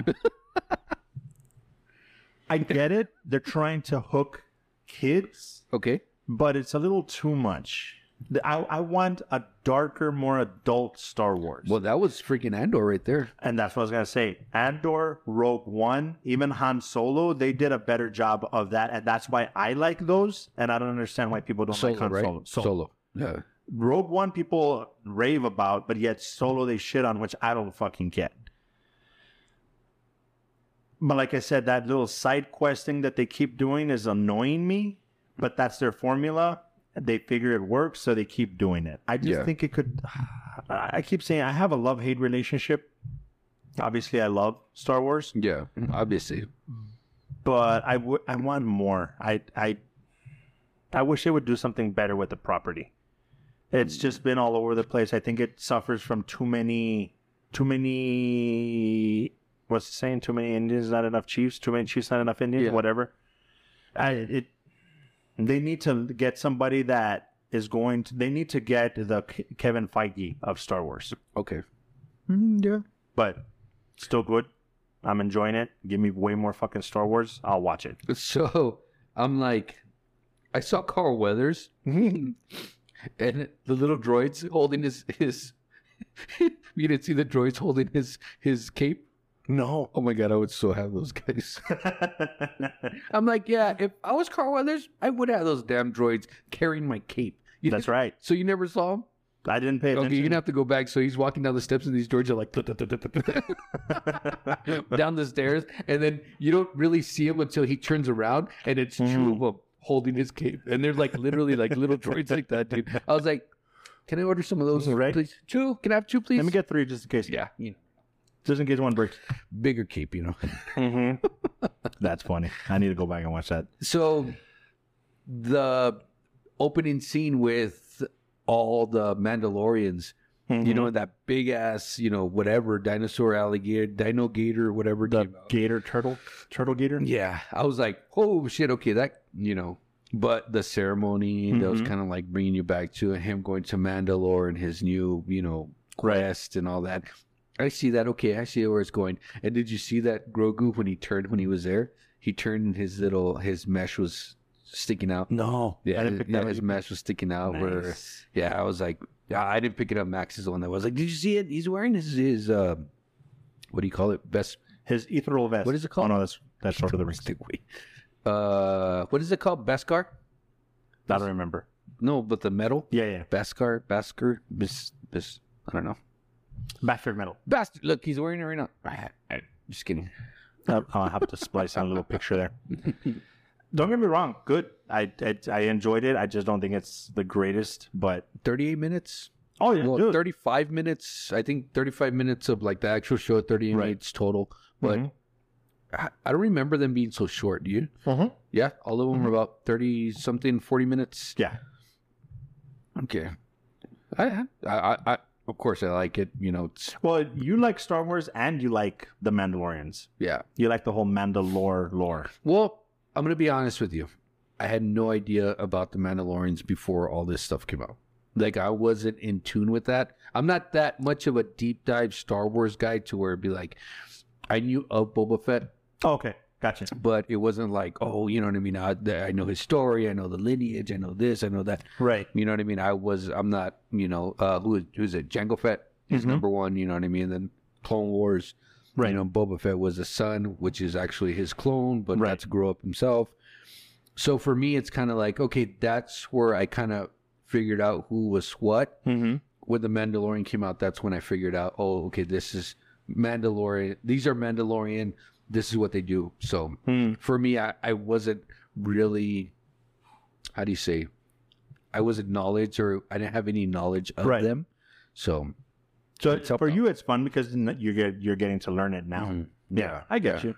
Speaker 2: I get it. They're trying to hook kids,
Speaker 1: Okay.
Speaker 2: but it's a little too much. The- I, I want a darker, more adult Star Wars.
Speaker 1: Well, that was freaking Andor right there.
Speaker 2: and that's what I was going to say. Andor, Rogue One, even Han Solo, they did a better job of that. And that's why I like those. And I don't understand why people don't like Han Solo. Solo.
Speaker 1: Yeah.
Speaker 2: Rogue One people rave about, but yet Solo they shit on, which I don't fucking get. But like I said, that little side quest thing that they keep doing is annoying me, but that's their formula. They figure it works, so they keep doing it. I just
Speaker 1: Yeah.
Speaker 2: think it could. I keep saying I have a love hate relationship Obviously, I love Star Wars,
Speaker 1: Yeah, Mm-hmm. obviously.
Speaker 2: but I, w- I want more. I, I, I wish they would do something better with the property. It's just been all over the place. I think it suffers from too many, too many. What's the saying? Too many Indians, not enough chiefs. Too many chiefs, not enough Indians.
Speaker 1: Yeah.
Speaker 2: Whatever. I it. They need to get somebody that is going to. They need to get the Ke- Kevin Feige of Star Wars.
Speaker 1: Okay.
Speaker 2: yeah. But still good. I'm enjoying it. Give me way more fucking Star Wars. I'll watch it.
Speaker 1: So I'm like, I saw Carl Weathers and the little droids holding his his. you didn't see the droids holding his his cape.
Speaker 2: no.
Speaker 1: Oh my god, I would so have those guys. I'm like, yeah, if I was Carl Weathers, I would have those damn droids carrying my cape. You
Speaker 2: That's right.
Speaker 1: So you never saw him?
Speaker 2: I didn't pay
Speaker 1: Okay,
Speaker 2: attention.
Speaker 1: you're gonna have to go back. So he's walking down the steps, and these droids are like "Tut, tut, tut, tut, tut," down the stairs, and then you don't really see him until he turns around, and it's two
Speaker 2: Mm-hmm.
Speaker 1: of them holding his cape, and they're like literally like little droids like that, dude. I was like, "Can I order some of those,
Speaker 2: Right.
Speaker 1: please? Two? Can I have two, please?"
Speaker 2: Let me get three just in case.
Speaker 1: yeah, you know,
Speaker 2: Just in case one breaks.
Speaker 1: bigger cape, you know.
Speaker 2: Mm-hmm. That's funny. I need to go back and watch that.
Speaker 1: So the opening scene with all the Mandalorians,
Speaker 2: Mm-hmm.
Speaker 1: you know, that big ass, you know, whatever dinosaur alligator, dino gator, whatever
Speaker 2: The
Speaker 1: came out.
Speaker 2: gator turtle. Turtle gator.
Speaker 1: Yeah, I was like, oh shit, okay, that you know. But the ceremony that was
Speaker 2: Mhm.
Speaker 1: kind of like bringing you back to him going to Mandalore and his new, you know,
Speaker 2: Right.
Speaker 1: quest and all that. I see that. Okay, I see where it's going. And did you see that Grogu when he turned when he was there? He turned and his little his mesh was sticking out.
Speaker 2: No. I
Speaker 1: Yeah,
Speaker 2: didn't
Speaker 1: his,
Speaker 2: pick
Speaker 1: yeah,
Speaker 2: that
Speaker 1: his
Speaker 2: up.
Speaker 1: mesh was sticking out. Where
Speaker 2: Nice.
Speaker 1: yeah, I was like, yeah, I didn't pick it up. Max is the one that was like, did you see it? He's wearing his his uh, what do you call it? Best
Speaker 2: His ethereal vest.
Speaker 1: What is it called?
Speaker 2: Oh no, that's that's Lord of the Rings.
Speaker 1: Uh, what is it called? Beskar?
Speaker 2: I don't remember.
Speaker 1: No, but the metal.
Speaker 2: Yeah, yeah.
Speaker 1: Beskar, Basker, Bis, Bis. I don't know.
Speaker 2: Bastard metal.
Speaker 1: Bastard. Look, he's wearing it right now. I, I, just kidding. Oh.
Speaker 2: I'll Oh, I'll have to splice out a little picture there. Don't get me wrong, good. I, I I enjoyed it. I just don't think it's the greatest, but
Speaker 1: Thirty-eight minutes.
Speaker 2: oh yeah,
Speaker 1: Well,
Speaker 2: dude.
Speaker 1: thirty-five minutes. I think thirty-five minutes of like the actual show. Thirty-eight
Speaker 2: Right.
Speaker 1: minutes total. But
Speaker 2: Mhm.
Speaker 1: I, I don't remember them being so short. Do you?
Speaker 2: Mhm.
Speaker 1: Yeah, all of them were about thirty something, forty minutes.
Speaker 2: yeah,
Speaker 1: Okay. I, I, I, I, of course, I like it. You know, it's,
Speaker 2: well, you like Star Wars and you like the Mandalorians.
Speaker 1: yeah.
Speaker 2: You like the whole Mandalore lore.
Speaker 1: Well, I'm going to be honest with you. I had no idea about the Mandalorians before all this stuff came out. Like I wasn't in tune with that. I'm not that much of a deep dive Star Wars guy to where it'd be like I knew of Boba Fett,
Speaker 2: Oh, okay, gotcha.
Speaker 1: but it wasn't like, oh, you know what I mean? I, I know his story, I know the lineage, I know this, I know that.
Speaker 2: Right.
Speaker 1: You know what I mean? I was I'm not, you know, uh who is who's it? Jango Fett is
Speaker 2: Mhm.
Speaker 1: number one, you know what I mean? Then Clone Wars.
Speaker 2: Right.
Speaker 1: You know, Boba Fett was a son, which is actually his clone, but
Speaker 2: Right.
Speaker 1: had to grow up himself. So for me it's kinda like, okay, that's where I kinda figured out who was what.
Speaker 2: Mm-hmm.
Speaker 1: When the Mandalorian came out, that's when I figured out, oh, okay, this is Mandalorian these are Mandalorian, this is what they do. So
Speaker 2: Mm-hmm.
Speaker 1: for me, I, I wasn't really, how do you say, I wasn't knowledge or I didn't have any knowledge of
Speaker 2: Right.
Speaker 1: them. So,
Speaker 2: So
Speaker 1: It's up
Speaker 2: for
Speaker 1: now.
Speaker 2: you, it's fun because n- you're get, you're getting to learn it now.
Speaker 1: Mhm.
Speaker 2: Yeah, I get you.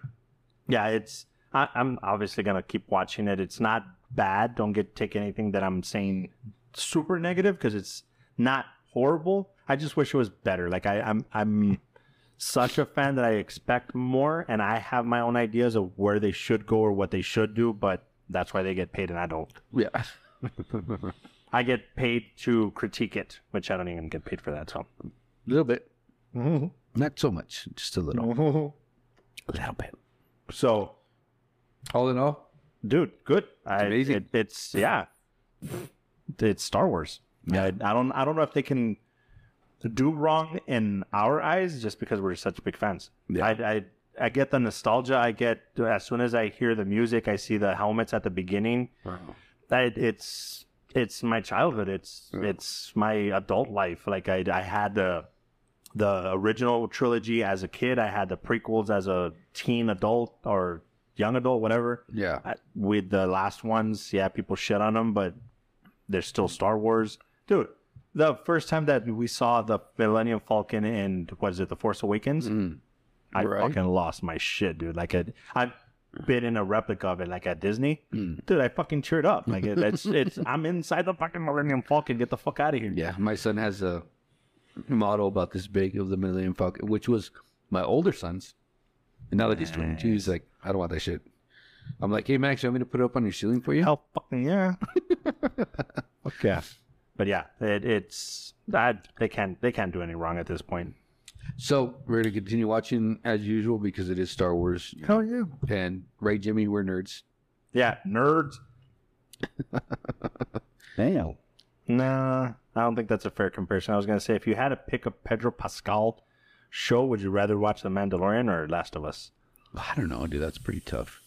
Speaker 2: Yeah, it's I, I'm obviously gonna keep watching it. It's not bad. Don't get take anything that I'm saying super negative because it's not horrible. I just wish it was better. Like I, I'm I'm such a fan that I expect more, and I have my own ideas of where they should go or what they should do. But that's why they get paid, and I don't.
Speaker 1: yeah.
Speaker 2: I get paid to critique it, which I don't even get paid for that. So.
Speaker 1: A little bit.
Speaker 2: Mm-hmm.
Speaker 1: Not so much, just a little. A little bit.
Speaker 2: So
Speaker 1: All in all,
Speaker 2: dude good I,
Speaker 1: amazing.
Speaker 2: it, it's yeah it's star wars yeah. I, I don't i don't know if they can do wrong in our eyes just because we're such big fans
Speaker 1: Yeah.
Speaker 2: I, I i get the nostalgia i get as soon as i hear the music i see the helmets at the beginning I, it's it's my childhood it's it's my adult life like i i had the the original trilogy as a kid i had the prequels as a teen adult or young adult whatever
Speaker 1: yeah.
Speaker 2: I- with the last ones, yeah, people shit on them, but they're still Star Wars, dude. The first time that we saw the Millennium Falcon and what is it, The Force Awakens, I
Speaker 1: Mm, Right.
Speaker 2: fucking lost my shit, dude. Like I, I've been in a replica of it, like at Disney, dude. I fucking cheered up. Like it, it's, it's, I'm inside the fucking Millennium Falcon. Get the fuck out of here.
Speaker 1: Yeah, my son has a model about this big of the Millennium Falcon, which was my older son's. And now that he's 22, he's like, I don't want that shit. I'm like, hey, Max, you want me to put it up on your ceiling for you?
Speaker 2: Hell fucking yeah. Fuck yeah. But yeah, it, it's I, they can't they can't do any wrong at this point.
Speaker 1: So we're going to continue watching as usual because it is Star Wars.
Speaker 2: Hell yeah.
Speaker 1: And Ray Jimmy, we're nerds.
Speaker 2: Yeah, nerds.
Speaker 3: Damn.
Speaker 2: Nah, I don't think that's a fair comparison. I was gonna say if you had to pick a Pedro Pascal show, would you rather watch The Mandalorian or Last of Us?
Speaker 1: I don't know, dude. That's pretty tough.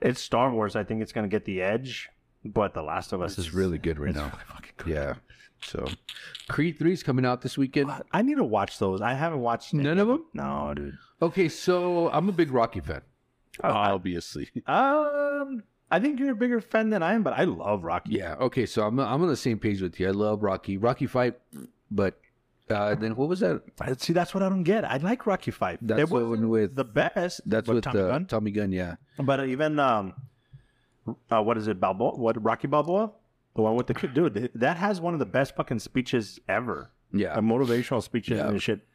Speaker 2: It's Star Wars. I think it's gonna get the edge, but The Last of Us
Speaker 1: This
Speaker 2: is
Speaker 1: is really good right
Speaker 2: it's
Speaker 1: now.
Speaker 2: really fucking good.
Speaker 1: Yeah. So Creed 3 is coming out this weekend.
Speaker 2: I need to watch those. I haven't watched
Speaker 1: None
Speaker 2: any
Speaker 1: of them?
Speaker 2: No, dude.
Speaker 1: Okay, so I'm a big Rocky fan. Oh,
Speaker 2: Uh,
Speaker 3: Obviously.
Speaker 2: um, I think you're a bigger fan than I am, but I love Rocky.
Speaker 1: Yeah. Okay. So I'm I'm on the same page with you. I love Rocky. Rocky fight, but uh, then what was that?
Speaker 2: I- See, that's what I don't get. I like Rocky Five.
Speaker 1: That's
Speaker 2: It
Speaker 1: the
Speaker 2: wasn't
Speaker 1: one with-
Speaker 2: the best.
Speaker 1: That's
Speaker 2: but
Speaker 1: with
Speaker 2: Tommy
Speaker 1: uh,
Speaker 2: Gunn.
Speaker 1: Tommy Gunn. Yeah.
Speaker 2: But even um, uh, what is it, Balboa? What Rocky Balboa? The one with the kid, dude. th- That has one of the best fucking speeches ever.
Speaker 1: Yeah.
Speaker 2: Uh, motivational speeches
Speaker 1: Yeah.
Speaker 2: and shit.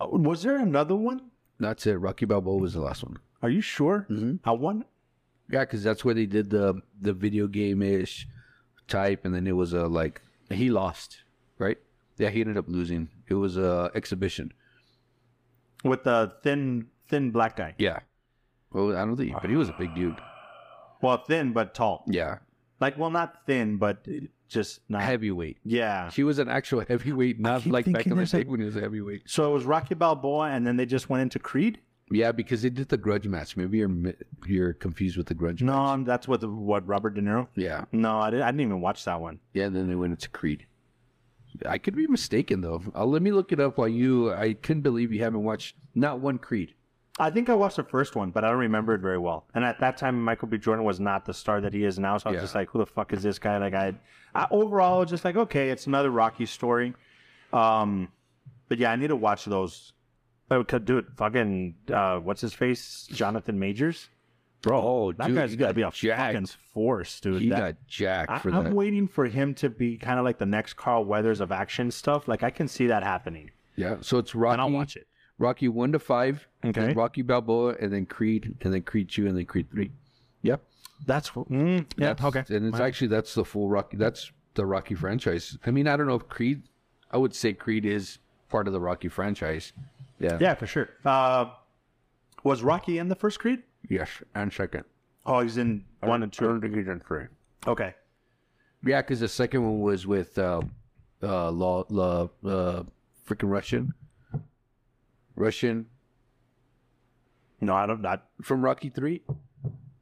Speaker 2: Uh, was there another one?
Speaker 1: that's it. Rocky Balboa was the last one.
Speaker 2: Are you sure?
Speaker 1: Mm-hmm.
Speaker 2: I won.
Speaker 1: Yeah, because that's where they did the the video game ish type, and then it was a like he lost, right? Yeah, he ended up losing. It was a exhibition.
Speaker 2: with the thin, thin black guy.
Speaker 1: Yeah. Well, I don't think, but he was a big dude.
Speaker 2: Well, thin but tall.
Speaker 1: Yeah,
Speaker 2: Like, well, not thin, but just not.
Speaker 1: heavyweight.
Speaker 2: Yeah.
Speaker 1: He was an actual heavyweight, not
Speaker 2: keep
Speaker 1: like back
Speaker 2: thinking
Speaker 1: in the
Speaker 2: there's a-
Speaker 1: day when he was a heavyweight.
Speaker 2: So it was Rocky Balboa, and then they just went into Creed.
Speaker 1: Yeah, because they did the grudge match. Maybe you're mi- you're confused with the grudge. match.
Speaker 2: No, that's what the, what Robert De Niro.
Speaker 1: Yeah,
Speaker 2: No, I didn't, I didn't even watch that one.
Speaker 1: yeah. And then they went into Creed. I could be mistaken though. Uh, let me look it up while you. I couldn't believe you haven't watched not one Creed.
Speaker 2: I think I watched the first one, but I don't remember it very well. And at that time, Michael B. Jordan was not the star that he is now. So I was
Speaker 1: Yeah.
Speaker 2: just like, who the fuck is this guy? Like, I, I overall was just like, okay, it's another Rocky story. Um, but yeah, I need to watch those. Oh, c- dude, fucking, uh, what's his face? Jonathan Majors? Bro,
Speaker 1: Oh,
Speaker 2: that
Speaker 1: dude,
Speaker 2: guy's
Speaker 1: he
Speaker 2: got to
Speaker 1: got
Speaker 2: be a
Speaker 1: jacked.
Speaker 2: fucking force, dude.
Speaker 1: He
Speaker 2: That-
Speaker 1: got jacked for
Speaker 2: I, I'm
Speaker 1: that.
Speaker 2: waiting for him to be kind of like the next Carl Weathers of action stuff. Like, I can see that happening.
Speaker 1: yeah, so it's Rocky.
Speaker 2: And I'll watch it.
Speaker 1: Rocky one to five.
Speaker 2: Okay.
Speaker 1: then Rocky Balboa, and then Creed, and then Creed two, and then Creed three. Yeah.
Speaker 2: That's, mm, yeah,
Speaker 1: That's-
Speaker 2: okay.
Speaker 1: And it's actually that's the full Rocky. That's the Rocky franchise. I mean, I don't know if Creed. I would say Creed is part of the Rocky franchise. Yeah.
Speaker 2: Yeah, for sure. Uh, was Rocky in the first Creed?
Speaker 1: Yes, and second.
Speaker 2: Oh, he's in one and two.
Speaker 1: three.
Speaker 2: Okay.
Speaker 1: Yeah, because the second one was with uh, uh, law, law, uh, freaking Russian, Russian
Speaker 2: No, I don't. Not
Speaker 1: from Rocky Three.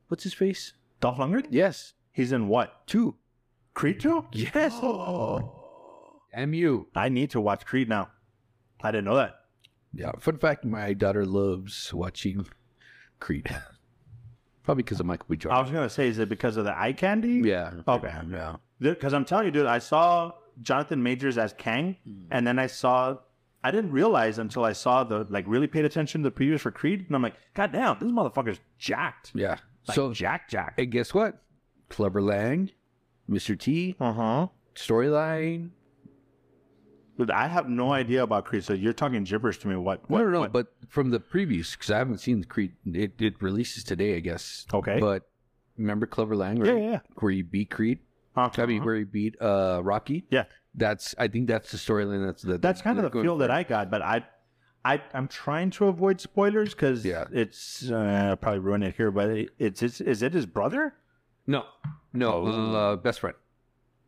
Speaker 1: What's his face?
Speaker 2: Dolph Lundgren.
Speaker 1: Yes,
Speaker 2: He's in what?
Speaker 1: two.
Speaker 2: Creed two?
Speaker 1: Yes. Mu.
Speaker 2: I need to watch Creed now. I didn't know that.
Speaker 1: Yeah. Fun fact: My daughter loves watching Creed. Probably because of Michael B.
Speaker 2: I
Speaker 1: Jordan.
Speaker 2: was gonna say, is it because of the eye candy?
Speaker 1: yeah.
Speaker 2: Okay.
Speaker 1: Yeah.
Speaker 2: Because I'm telling you, dude, I saw Jonathan Majors as Kang,
Speaker 1: Hmm.
Speaker 2: and then I saw. I didn't realize until I saw the like really paid attention to the previews for Creed, and I'm like, God damn, this motherfucker's jacked.
Speaker 1: Yeah.
Speaker 2: Like,
Speaker 1: so,
Speaker 2: Jack, Jack.
Speaker 1: and guess what? Clever Lang, Mr. T,
Speaker 2: Uh huh.
Speaker 1: storyline.
Speaker 2: Dude, I have no idea about Creed. So you're talking gibberish to me. What? what
Speaker 1: no, no, no.
Speaker 2: what-
Speaker 1: But from the previews, because I haven't seen Creed. It, it releases today, I guess.
Speaker 2: Okay.
Speaker 1: But remember Clever Lang,
Speaker 2: yeah,
Speaker 1: right?
Speaker 2: yeah.
Speaker 1: Where he beat Creed.
Speaker 2: yeah.
Speaker 1: I mean, where he beat uh, Rocky.
Speaker 2: yeah.
Speaker 1: That's. I think that's the storyline. That's the.
Speaker 2: That's kind of the feel that I got, but I, I, I'm trying to avoid spoilers because
Speaker 1: Yeah.
Speaker 2: it's uh, I'll probably ruin it here. But it, it's, it's is it his brother?
Speaker 1: No, no. Uh, best friend.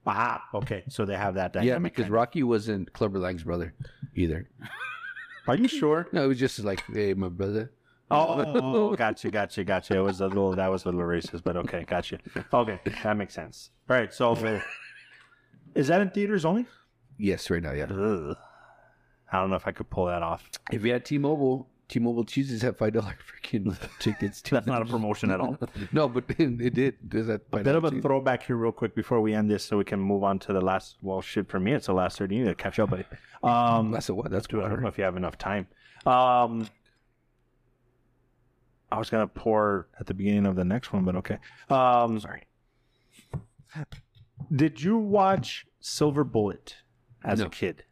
Speaker 2: Ah, okay. So they have Oh. that.
Speaker 1: yeah,
Speaker 2: Dynamic
Speaker 1: because Rocky wasn't Clever Lang's brother either.
Speaker 2: Are you sure?
Speaker 1: No, it was just like, hey, my brother.
Speaker 2: Oh, oh, oh, gotcha, gotcha, gotcha. It was a little that was a little racist, but okay, gotcha. Okay, that makes sense. All right, so uh, is that in theaters only?
Speaker 1: Yes, right now, yeah.
Speaker 2: Ugh. I don't know if I could pull that off.
Speaker 1: If you had T-Mobile, T-Mobile cheeses had five dollar freaking tickets. To
Speaker 2: That's not a promotion at all.
Speaker 1: no, but it did. There's that
Speaker 2: A bit of a throwback here, real quick, before we end this, so we can move on to the last. Well, shit, for me, it's the last thirty. You need to catch up, but um,
Speaker 1: That's a what? That's
Speaker 2: dude, I don't
Speaker 1: water.
Speaker 2: know if you have enough time. Um, I was gonna pour at the beginning of the next one, but okay. Um, sorry. Did you watch Silver Bullet as
Speaker 1: No.
Speaker 2: a kid?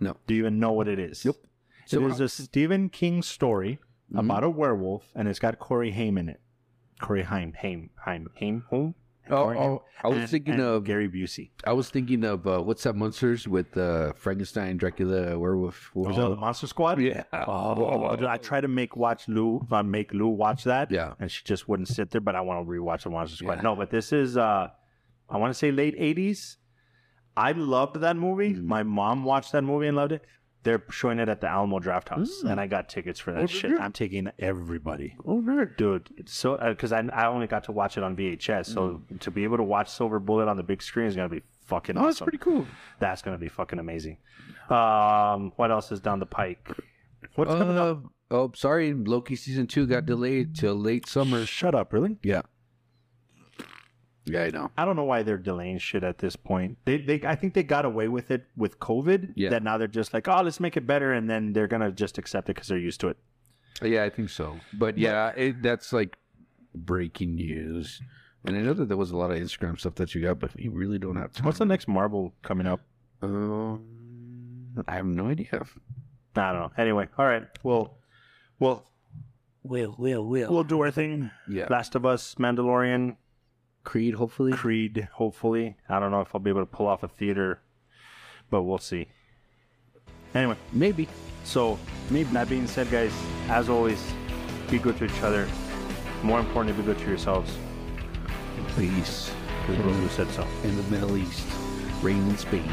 Speaker 1: No.
Speaker 2: Do you even know what it is?
Speaker 1: Nope. So-
Speaker 2: it is a Stephen King story
Speaker 1: Mhm.
Speaker 2: about a werewolf, and it's got Corey Haim in it. Corey Haim, Haim, Haim, Haim, who?
Speaker 1: Oh,
Speaker 2: Corey Haim.
Speaker 1: oh, I was
Speaker 2: And-
Speaker 1: thinking
Speaker 2: and
Speaker 1: of
Speaker 2: Gary Busey.
Speaker 1: I was thinking of uh, what's that monsters with uh, Frankenstein, Dracula, werewolf. What was
Speaker 2: Oh, the Monster Squad.
Speaker 1: Yeah.
Speaker 2: Oh, dude, I tried to make watch Lou, uh, make Lou watch that.
Speaker 1: Yeah.
Speaker 2: and she just wouldn't sit there. But I want to rewatch the Monster Squad.
Speaker 1: Yeah.
Speaker 2: No, but this is uh, I want to say late '80s. I loved that movie.
Speaker 1: Mm.
Speaker 2: My mom watched that movie and loved it. They're showing it at the Alamo Draft House,
Speaker 1: Mm.
Speaker 2: and I got tickets for that
Speaker 1: Oh, did
Speaker 2: shit.
Speaker 1: you?
Speaker 2: I'm taking everybody. Oh, nerd, dude! It's So, because I I only got to watch it on VHS, so to be able to watch Silver Bullet on the big screen is gonna be fucking.
Speaker 1: Oh, Mm. that's
Speaker 2: awesome.
Speaker 1: pretty cool.
Speaker 2: That's gonna be fucking amazing. Um, what else is down the pike? What's coming up?
Speaker 1: Uh, oh, sorry, Loki season two got delayed till late summer.
Speaker 2: Shut up, really?
Speaker 1: Yeah. Yeah, I know.
Speaker 2: I don't know why they're delaying shit at this point. They, they, I think they got away with it with COVID.
Speaker 1: Yeah.
Speaker 2: That now they're just like, oh, let's make it better, and then they're gonna just accept it because they're used to it.
Speaker 1: Yeah, I think so. But yeah, it, that's like breaking news. And I know that there was a lot of Instagram stuff that you got, but we really don't have time.
Speaker 2: What's the next Marvel coming up?
Speaker 1: Um, I have no idea.
Speaker 2: I don't know. Anyway, all right, we'll, we'll, we'll, we'll, we'll, we'll do our thing.
Speaker 1: Yeah,
Speaker 2: Last of Us, Mandalorian,
Speaker 1: Creed. Hopefully,
Speaker 2: Creed. Hopefully, I don't know if I'll be able to pull off a theater, but we'll see. Anyway,
Speaker 1: maybe.
Speaker 2: So, me that being said, guys, as always, be good to each other. More importantly, be good to yourselves.
Speaker 1: Please,
Speaker 2: Because Rosu said so.
Speaker 1: in the Middle East, rain in Spain.